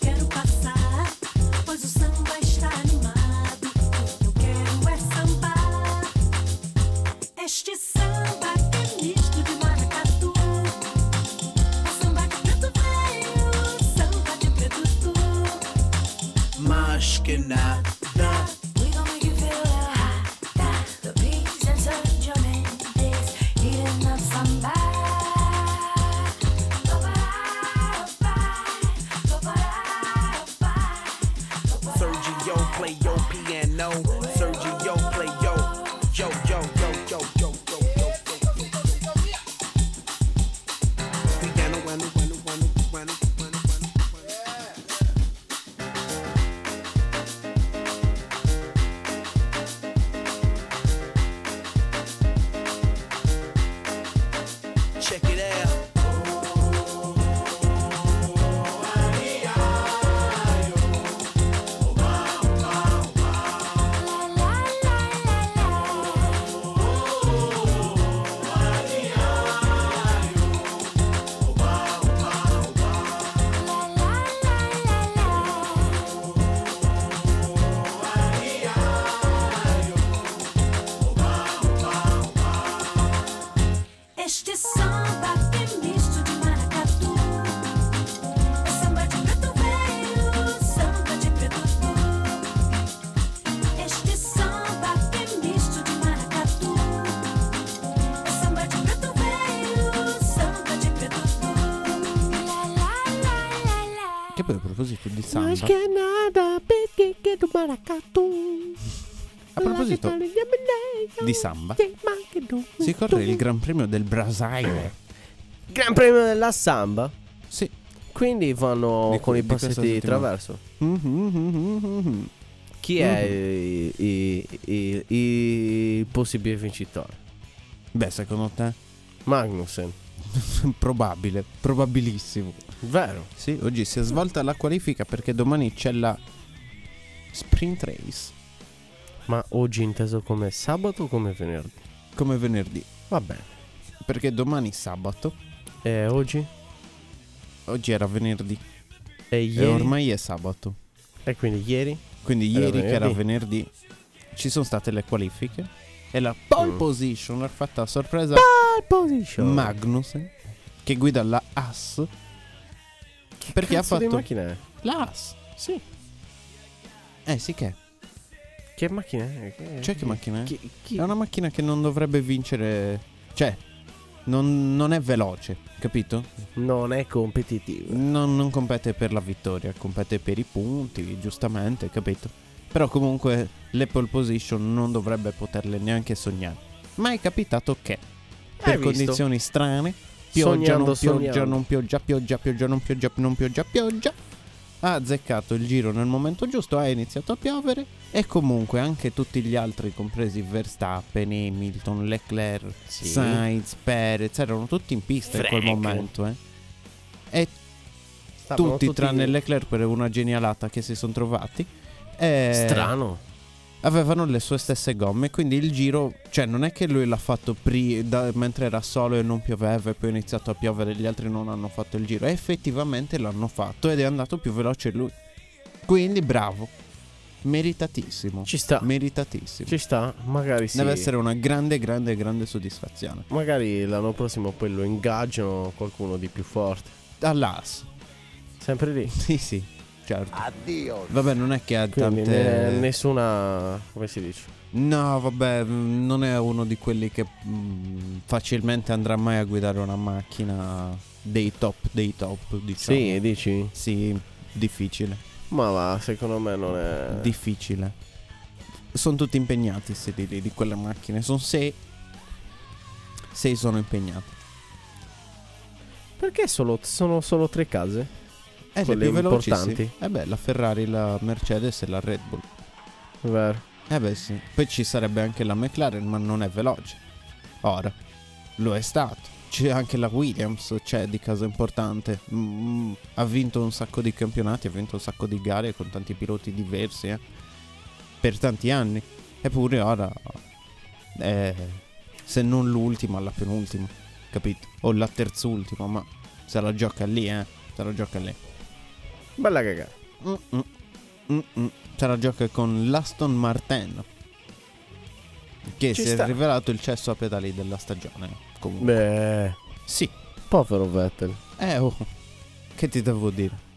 Speaker 5: quero passar. Pois o samba está animado. O que eu quero é sambar. Este samba que é misto de maracatu. É samba de preto veio, samba de preto tu.
Speaker 6: Mushkina.
Speaker 5: We gon' make you feel real hot. The beats and Sergio Mendes eating up samba.
Speaker 6: Sergio play yo piano. Sergio play yo. Yo, yo, yo, yo, yo, yo, yo, yo, yo. Piano, wano, wano, wano, wano, wano, wano, wano. Check it out.
Speaker 2: samba. <laughs> A proposito di samba, si corre il Gran Premio del Brasile.
Speaker 3: Gran premio della samba.
Speaker 2: Sì.
Speaker 3: Quindi vanno
Speaker 2: Di
Speaker 3: con
Speaker 2: cui-
Speaker 3: i
Speaker 2: di questa
Speaker 3: passetti di
Speaker 2: settimana.
Speaker 3: traverso.
Speaker 2: Mm-hmm, Mhm.
Speaker 3: Chi è
Speaker 2: Mm.
Speaker 3: i- i- i- il possibile vincitore?
Speaker 2: Beh, secondo te? <laughs>
Speaker 3: Magnussen.
Speaker 2: Probabile, probabilissimo.
Speaker 3: Vero.
Speaker 2: Sì, oggi si è svolta la qualifica perché domani c'è la sprint race.
Speaker 3: Ma oggi inteso come sabato o come venerdì?
Speaker 2: Come venerdì.
Speaker 3: Va bene.
Speaker 2: Perché domani è sabato.
Speaker 3: E oggi?
Speaker 2: Oggi era venerdì.
Speaker 3: E
Speaker 2: E
Speaker 3: ieri?
Speaker 2: ormai è sabato.
Speaker 3: E quindi ieri?
Speaker 2: Quindi
Speaker 3: Era
Speaker 2: ieri che era
Speaker 3: venerdì.
Speaker 2: venerdì ci sono state le qualifiche. E la pole
Speaker 3: Mm.
Speaker 2: position l'ha fatta a sorpresa
Speaker 3: Al position.
Speaker 2: Magnussen che guida la AS. perché ha
Speaker 3: Cazzo di
Speaker 2: fatto
Speaker 3: macchina è?
Speaker 2: la AS.
Speaker 3: Sì.
Speaker 2: Eh sì che. è?
Speaker 3: Che macchina è? Che...
Speaker 2: Cioè che macchina è?
Speaker 3: Chi, chi-
Speaker 2: È una macchina che non dovrebbe vincere. Cioè, non, non è veloce, capito?
Speaker 3: Non è competitiva.
Speaker 2: Non, non compete per la vittoria, compete per i punti, giustamente, capito? Però comunque l'Apple Position non dovrebbe poterle neanche sognare. Ma è capitato che, per
Speaker 3: visto?
Speaker 2: condizioni strane, pioggia,
Speaker 3: Sognando,
Speaker 2: non pioggia,
Speaker 3: sognando.
Speaker 2: non pioggia, pioggia, pioggia, non pioggia, non pioggia, pioggia. Ha azzeccato il giro nel momento giusto, ha iniziato a piovere e comunque anche tutti gli altri, compresi Verstappen, Hamilton, Leclerc,
Speaker 3: Sì.
Speaker 2: Sainz, Perez, erano tutti in pista in quel
Speaker 3: Frank.
Speaker 2: momento, eh. E
Speaker 3: Stavano
Speaker 2: tutti, tranne Leclerc per una genialata che si sono trovati. eh,
Speaker 3: Strano.
Speaker 2: Avevano le sue stesse gomme, quindi il giro, cioè non è che lui l'ha fatto pri- da- mentre era solo e non pioveva e poi è iniziato a piovere e gli altri non hanno fatto il giro, effettivamente l'hanno fatto ed è andato più veloce lui. Quindi bravo, meritatissimo,
Speaker 3: Ci sta.
Speaker 2: meritatissimo.
Speaker 3: Ci sta. Magari sì.
Speaker 2: Deve essere una grande, grande, grande soddisfazione.
Speaker 3: Magari l'anno prossimo poi lo ingaggiano qualcuno di più forte.
Speaker 2: All'AS,
Speaker 3: Sempre
Speaker 2: <laughs>
Speaker 3: lì.
Speaker 2: sì sì, certo. Vabbè, non è che ha
Speaker 3: Quindi
Speaker 2: tante...
Speaker 3: ne- nessuna. come si dice?
Speaker 2: No, vabbè, mh, non è uno di quelli che mh, facilmente andrà mai a guidare una macchina dei top, dei top, diciamo.
Speaker 3: Sì, dici?
Speaker 2: Sì, difficile,
Speaker 3: Ma va, secondo me non è.
Speaker 2: difficile. Sono tutti impegnati, sì, di, di- di quelle macchine. Sono sei. Sei sono impegnati.
Speaker 3: Perché solo, sono solo tre case?
Speaker 2: Eh, le
Speaker 3: Quelle
Speaker 2: più veloci, sì.
Speaker 3: importanti.
Speaker 2: Eh beh, la Ferrari, la Mercedes e la Red Bull.
Speaker 3: Vero.
Speaker 2: Eh beh, sì. Poi ci sarebbe anche la McLaren, ma non è veloce. Ora, lo è stato. C'è anche la Williams, c'è di casa importante. Mm, ha vinto un sacco di campionati, ha vinto un sacco di gare con tanti piloti diversi, eh. Per tanti anni. Eppure ora è, se non l'ultima, la penultima, capito? O la terzultima, ma se la gioca lì, eh. Se la gioca lì.
Speaker 3: Bella cagata.
Speaker 2: Mm-mm. Mm-mm. Ce la gioca con l'Aston Martin. Che
Speaker 3: Ci
Speaker 2: si
Speaker 3: sta.
Speaker 2: è rivelato il cesso a pedali della stagione. Comunque.
Speaker 3: Beh,
Speaker 2: Sì.
Speaker 3: povero Vettel.
Speaker 2: Eh oh. Che ti devo dire?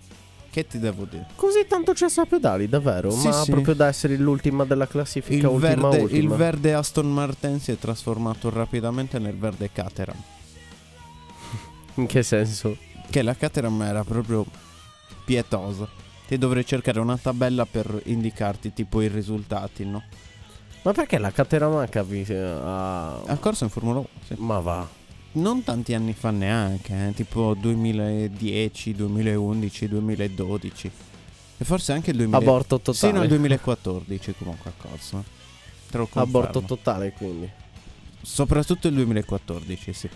Speaker 2: Che ti devo dire?
Speaker 3: Così tanto cesso a pedali, davvero?
Speaker 2: Sì,
Speaker 3: Ma
Speaker 2: sì.
Speaker 3: proprio da essere l'ultima della classifica,
Speaker 2: Il
Speaker 3: ultima,
Speaker 2: verde, il
Speaker 3: ultima.
Speaker 2: verde Aston Martin si è trasformato rapidamente nel verde Caterham.
Speaker 3: In che senso?
Speaker 2: Che la Caterham era proprio pietosa. Ti dovrei cercare una tabella per indicarti tipo i risultati, no?
Speaker 3: Ma perché la Cateramanca vi... eh, ha-
Speaker 2: Ha corso in Formula 1, sì.
Speaker 3: Ma va.
Speaker 2: Non tanti anni fa neanche, eh, tipo 2010, 2011, 2012 e forse anche il 2000...
Speaker 3: Aborto totale.
Speaker 2: Sino al 2014 comunque ha corso. eh. Te lo confermo.
Speaker 3: Aborto totale, quindi.
Speaker 2: Soprattutto il 2014, sì.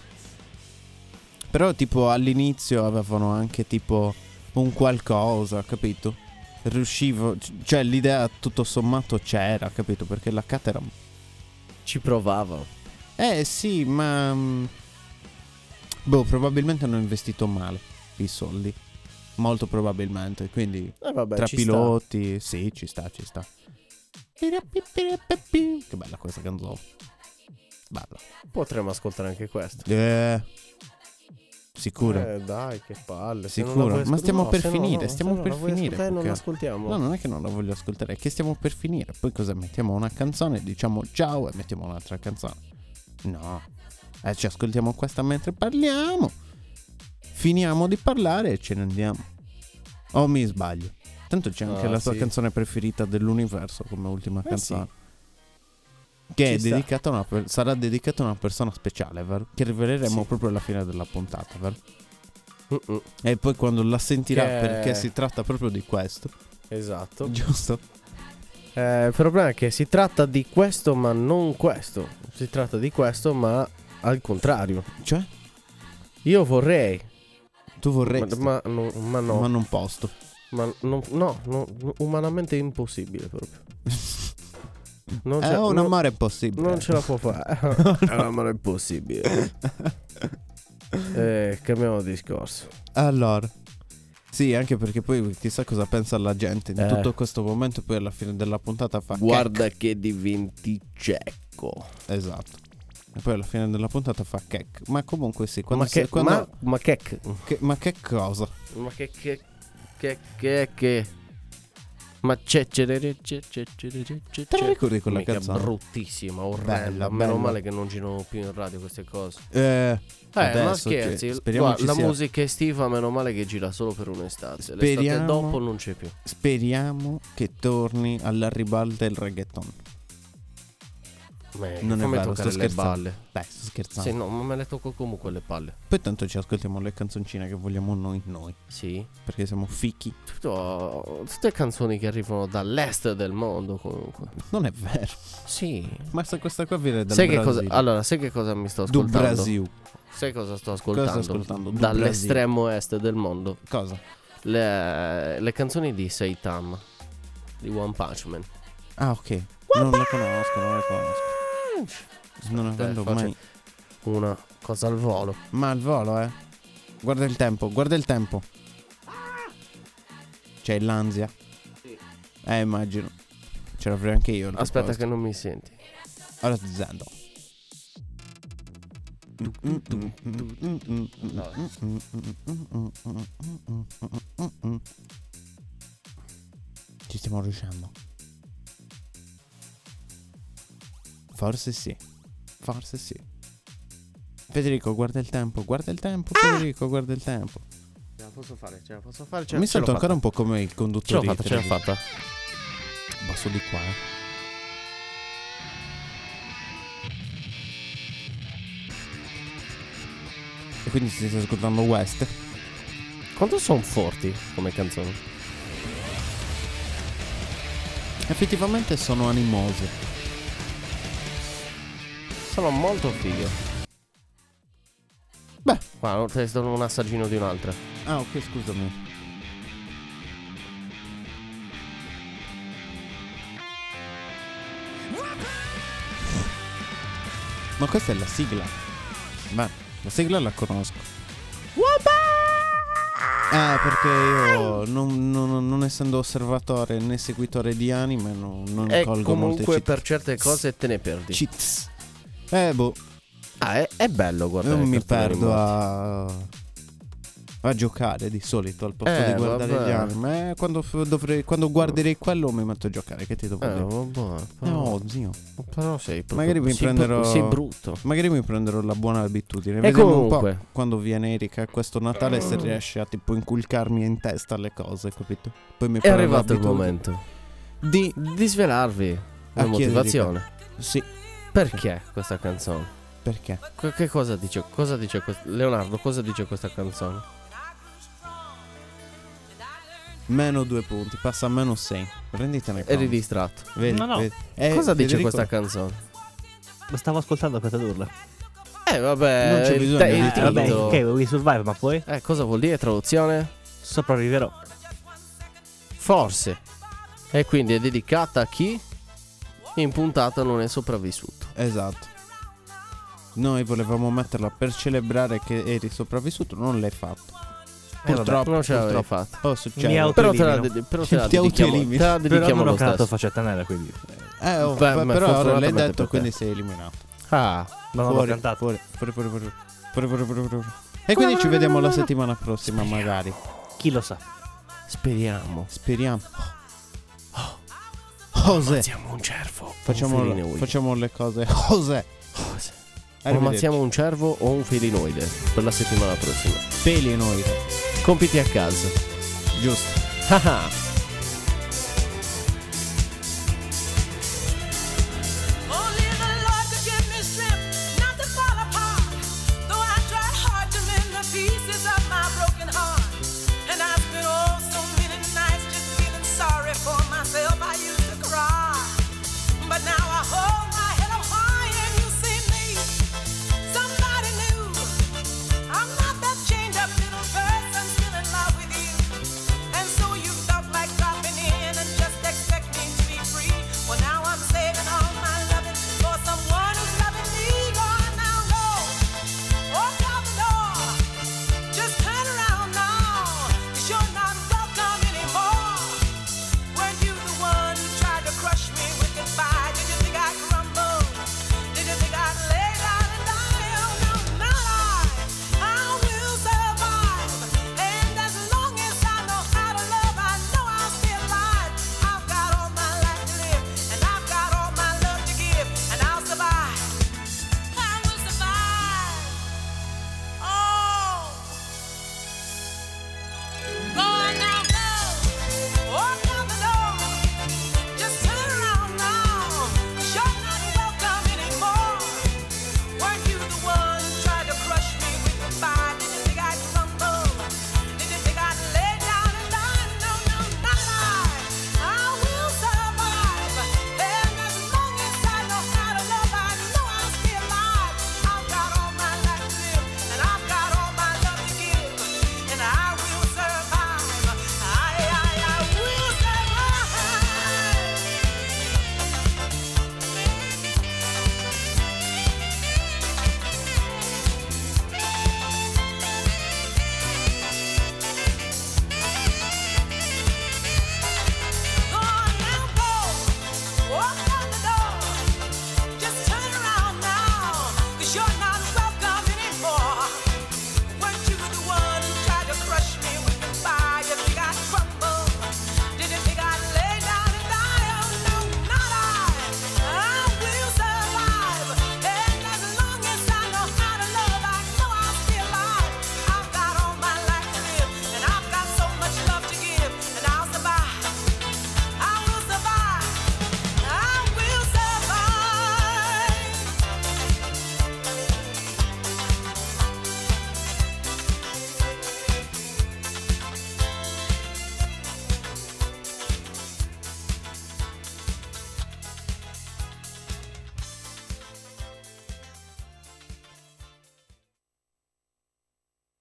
Speaker 2: Però tipo all'inizio avevano anche tipo un qualcosa, capito? Riuscivo, c- cioè l'idea tutto sommato c'era, capito? Perché la Caterham
Speaker 3: Ci provava.
Speaker 2: Eh sì, ma... mm, Boh, probabilmente hanno investito male i soldi. Molto probabilmente, quindi
Speaker 3: E vabbè,
Speaker 2: tra
Speaker 3: ci
Speaker 2: piloti... Sì, ci sta, ci sta. Che bella questa canzone. Bella.
Speaker 3: sta. Potremmo ascoltare anche questo.
Speaker 2: Eh, sicuro.
Speaker 3: Eh, dai, che palle.
Speaker 2: Sicuro? Ma stiamo per finire, stiamo per finire,
Speaker 3: Dai, non
Speaker 2: Luca.
Speaker 3: ascoltiamo.
Speaker 2: No, non è che non la voglio ascoltare, è che stiamo per finire. Poi cosa? Mettiamo una canzone, diciamo ciao e mettiamo un'altra canzone. No. Eh, ci ascoltiamo questa mentre parliamo. Finiamo di parlare e ce ne andiamo. O Oh, mi sbaglio? Tanto c'è anche
Speaker 3: Ah,
Speaker 2: la tua
Speaker 3: sì. Eh,
Speaker 2: canzone preferita dell'universo come ultima canzone.
Speaker 3: Ci
Speaker 2: Che è
Speaker 3: sta.
Speaker 2: dedicata a una per- sarà dedicata a una persona speciale, vero? Che riveleremo proprio alla fine della puntata, vero?
Speaker 3: Mm-mm.
Speaker 2: E poi quando la sentirà,
Speaker 3: Che-
Speaker 2: perché si tratta proprio di questo,
Speaker 3: Esatto.
Speaker 2: giusto?
Speaker 3: Eh, il problema è che si tratta di questo, ma non questo. Si tratta di questo, ma al contrario.
Speaker 2: Cioè,
Speaker 3: Io vorrei,
Speaker 2: tu
Speaker 3: ma,
Speaker 2: vorresti, ma,
Speaker 3: ma no, ma no,
Speaker 2: non posto.
Speaker 3: ma non- no, no, umanamente è
Speaker 2: <laughs>
Speaker 3: impossibile proprio. Non
Speaker 2: è
Speaker 3: c'è-
Speaker 2: Eh, un
Speaker 3: non-
Speaker 2: amore impossibile.
Speaker 3: Non ce la può fare.
Speaker 2: <laughs>
Speaker 3: <laughs> È un amore impossibile. Eh, cambiamo discorso.
Speaker 2: Allora. Sì, anche perché poi chissà cosa pensa la gente di
Speaker 3: Eh.
Speaker 2: tutto questo momento, poi alla fine della puntata fa...
Speaker 3: Guarda che diventi cieco.
Speaker 2: "Chec". Esatto. E poi alla fine della puntata fa cake. Ma comunque sì, quando...
Speaker 3: Ma che,
Speaker 2: si- quando-
Speaker 3: ma, ma che,
Speaker 2: che- ma che cosa?
Speaker 3: ma che, che, che, che, che. Ma c'è, c'è, c'è, c'è, c'è, c'è, c'è, c'è.
Speaker 2: Te la ricordi quella
Speaker 3: Mica
Speaker 2: canzone?
Speaker 3: bruttissima, orrenda.
Speaker 2: Bella,
Speaker 3: Meno
Speaker 2: bella.
Speaker 3: male che non girano più in radio queste cose.
Speaker 2: Eh,
Speaker 3: Eh, ma
Speaker 2: adesso, cioè,
Speaker 3: scherzi,
Speaker 2: speriamo,
Speaker 3: guarda,
Speaker 2: ci
Speaker 3: la
Speaker 2: sia-
Speaker 3: musica estiva meno male che gira solo per un'estate. L'estate
Speaker 2: Speriamo-
Speaker 3: dopo non c'è più.
Speaker 2: speriamo che torni alla ribalta il reggaeton.
Speaker 3: Beh,
Speaker 2: Non è
Speaker 3: Eh, fammi
Speaker 2: vero, sto
Speaker 3: toccare le
Speaker 2: scherzando.
Speaker 3: balle.
Speaker 2: Dai, sto scherzando.
Speaker 3: Sì, no, ma me le tocco comunque le palle.
Speaker 2: Poi tanto ci ascoltiamo le canzoncine che vogliamo noi, noi.
Speaker 3: Sì.
Speaker 2: Perché siamo fichi.
Speaker 3: Tutto- tutte canzoni che arrivano dall'est del mondo comunque.
Speaker 2: Non è vero. <laughs>
Speaker 3: Sì.
Speaker 2: Ma se questa qua viene dal
Speaker 3: Sai che cosa,
Speaker 2: Brasile.
Speaker 3: allora, sai che cosa mi sto
Speaker 2: Do
Speaker 3: ascoltando?
Speaker 2: Brasil.
Speaker 3: Sai cosa sto ascoltando?
Speaker 2: Cosa sto ascoltando? Du
Speaker 3: Dall'estremo est del mondo.
Speaker 2: Cosa?
Speaker 3: Le, le canzoni di Seitam. Di One Punch Man.
Speaker 2: Ah, ok. Non la conosco, non la conosco. Non
Speaker 3: Aspetta,
Speaker 2: avendo
Speaker 3: faccio-
Speaker 2: mai.
Speaker 3: Una cosa al volo.
Speaker 2: Ma al volo, eh. Guarda il tempo, guarda il tempo. C'è l'ansia. Eh, immagino. Ce l'avrei anche io. nel
Speaker 3: Aspetta
Speaker 2: posto.
Speaker 3: che non mi senti.
Speaker 2: Ora sto dicendo. Ci stiamo riuscendo. Forse sì. Forse sì. Federico, guarda il tempo, guarda il tempo, Federico, guarda il tempo.
Speaker 3: Ce la posso fare, ce la posso fare.
Speaker 2: Mi sento ancora un po' come il
Speaker 3: Ce l'ho
Speaker 2: conduttore.
Speaker 3: fatta, ce l'ho fatta.
Speaker 2: Basso di qua, eh. E quindi si sta ascoltando West.
Speaker 3: Quanto sono forti come canzoni?
Speaker 2: Effettivamente sono animose.
Speaker 3: Sono molto figo. Beh, qua te ne sono un assaggino di un'altra.
Speaker 2: Ah, ok, scusami. Ma questa è la sigla. Beh, la sigla la conosco. Ah, perché io non, non- non essendo osservatore né seguitore di anime non, non
Speaker 3: e
Speaker 2: colgo
Speaker 3: Eh, comunque
Speaker 2: molte
Speaker 3: per certe cose te ne perdi.
Speaker 2: cheats. Eh, boh,
Speaker 3: ah, è, è bello guardare.
Speaker 2: non mi
Speaker 3: cartoni
Speaker 2: perdo
Speaker 3: animati.
Speaker 2: a... a giocare di solito al posto
Speaker 3: Eh,
Speaker 2: di guardare
Speaker 3: vabbè.
Speaker 2: gli anime. Eh, Quando, f- dovrei- quando guarderei quello mi metto a giocare, che ti devo
Speaker 3: Eh,
Speaker 2: dire?
Speaker 3: vabbè,
Speaker 2: Eh,
Speaker 3: però,
Speaker 2: oh, zio.
Speaker 3: però sei proprio-
Speaker 2: Magari mi
Speaker 3: sei
Speaker 2: prenderò-
Speaker 3: proprio- Sei brutto.
Speaker 2: Magari mi prenderò la buona abitudine.
Speaker 3: E
Speaker 2: Vediamo un
Speaker 3: comunque-
Speaker 2: po' quando viene Erika questo Natale se riesce a tipo inculcarmi in testa le cose, capito? Poi mi
Speaker 3: È
Speaker 2: farò
Speaker 3: arrivato il
Speaker 2: l'abitudine
Speaker 3: momento
Speaker 2: Di...
Speaker 3: di svelarvi la
Speaker 2: chi è
Speaker 3: motivazione.
Speaker 2: Sì,
Speaker 3: Perché questa canzone?
Speaker 2: perché?
Speaker 3: Che che cosa dice? Cosa dice quest- Leonardo, cosa dice questa canzone?
Speaker 2: Meno due punti, passa a meno sei. Prenditene conto.
Speaker 3: Eri distratto.
Speaker 2: Vedi,
Speaker 4: No, no.
Speaker 2: vedi. Eh,
Speaker 3: cosa dice
Speaker 2: Federico,
Speaker 3: questa canzone?
Speaker 4: Lo stavo ascoltando per tradurla.
Speaker 3: Eh vabbè,
Speaker 2: Non c'è
Speaker 3: il
Speaker 2: bisogno
Speaker 3: te-
Speaker 2: di
Speaker 3: il
Speaker 4: Eh, vabbè,
Speaker 3: titolo.
Speaker 4: ok, we survive, ma poi
Speaker 3: Eh, cosa vuol dire traduzione?
Speaker 4: sopravviverò.
Speaker 3: Forse. E quindi è dedicata a chi in puntata non è sopravvissuto.
Speaker 2: Esatto. Noi volevamo metterla per celebrare che eri sopravvissuto, non l'hai fatto. Purtroppo,
Speaker 3: non ce l'avevi
Speaker 2: Eh, purtroppo.
Speaker 3: fatta.
Speaker 2: Oh,
Speaker 4: Mi
Speaker 2: succede.
Speaker 4: auto-
Speaker 3: Però te la,
Speaker 4: Autoelimino.
Speaker 3: ded- però te la
Speaker 2: Ti
Speaker 3: dedichiamo, te
Speaker 2: autoelimini.
Speaker 3: la
Speaker 4: Però
Speaker 3: dedichiamo
Speaker 4: non ho
Speaker 3: lo
Speaker 4: creato
Speaker 3: stesso.
Speaker 4: faccettanella, quindi.
Speaker 2: Eh, oh,
Speaker 3: Beh,
Speaker 2: fa- però ora
Speaker 3: ma
Speaker 2: l'hai
Speaker 3: fortunatamente per
Speaker 2: detto,
Speaker 3: te.
Speaker 2: quindi sei eliminato.
Speaker 3: Ah,
Speaker 4: Ma non l'ho
Speaker 2: fuori,
Speaker 4: cantato.
Speaker 2: fuori, fuori, fuori, fuori, fuori, fuori, fuori, fuori. E quindi ci vediamo la settimana prossima, magari.
Speaker 4: Chi lo sa?
Speaker 3: speriamo.
Speaker 2: Speriamo. José,
Speaker 3: Oh, Siamo un cervo.
Speaker 2: facciamo,
Speaker 3: un felinoide.
Speaker 2: facciamo le cose. José,
Speaker 3: O
Speaker 2: arrivederci.
Speaker 3: ammazziamo un cervo o un felinoide per la settimana prossima.
Speaker 2: Peli noi,
Speaker 3: Compiti a casa.
Speaker 2: giusto.
Speaker 3: Ah ah.
Speaker 6: Oh,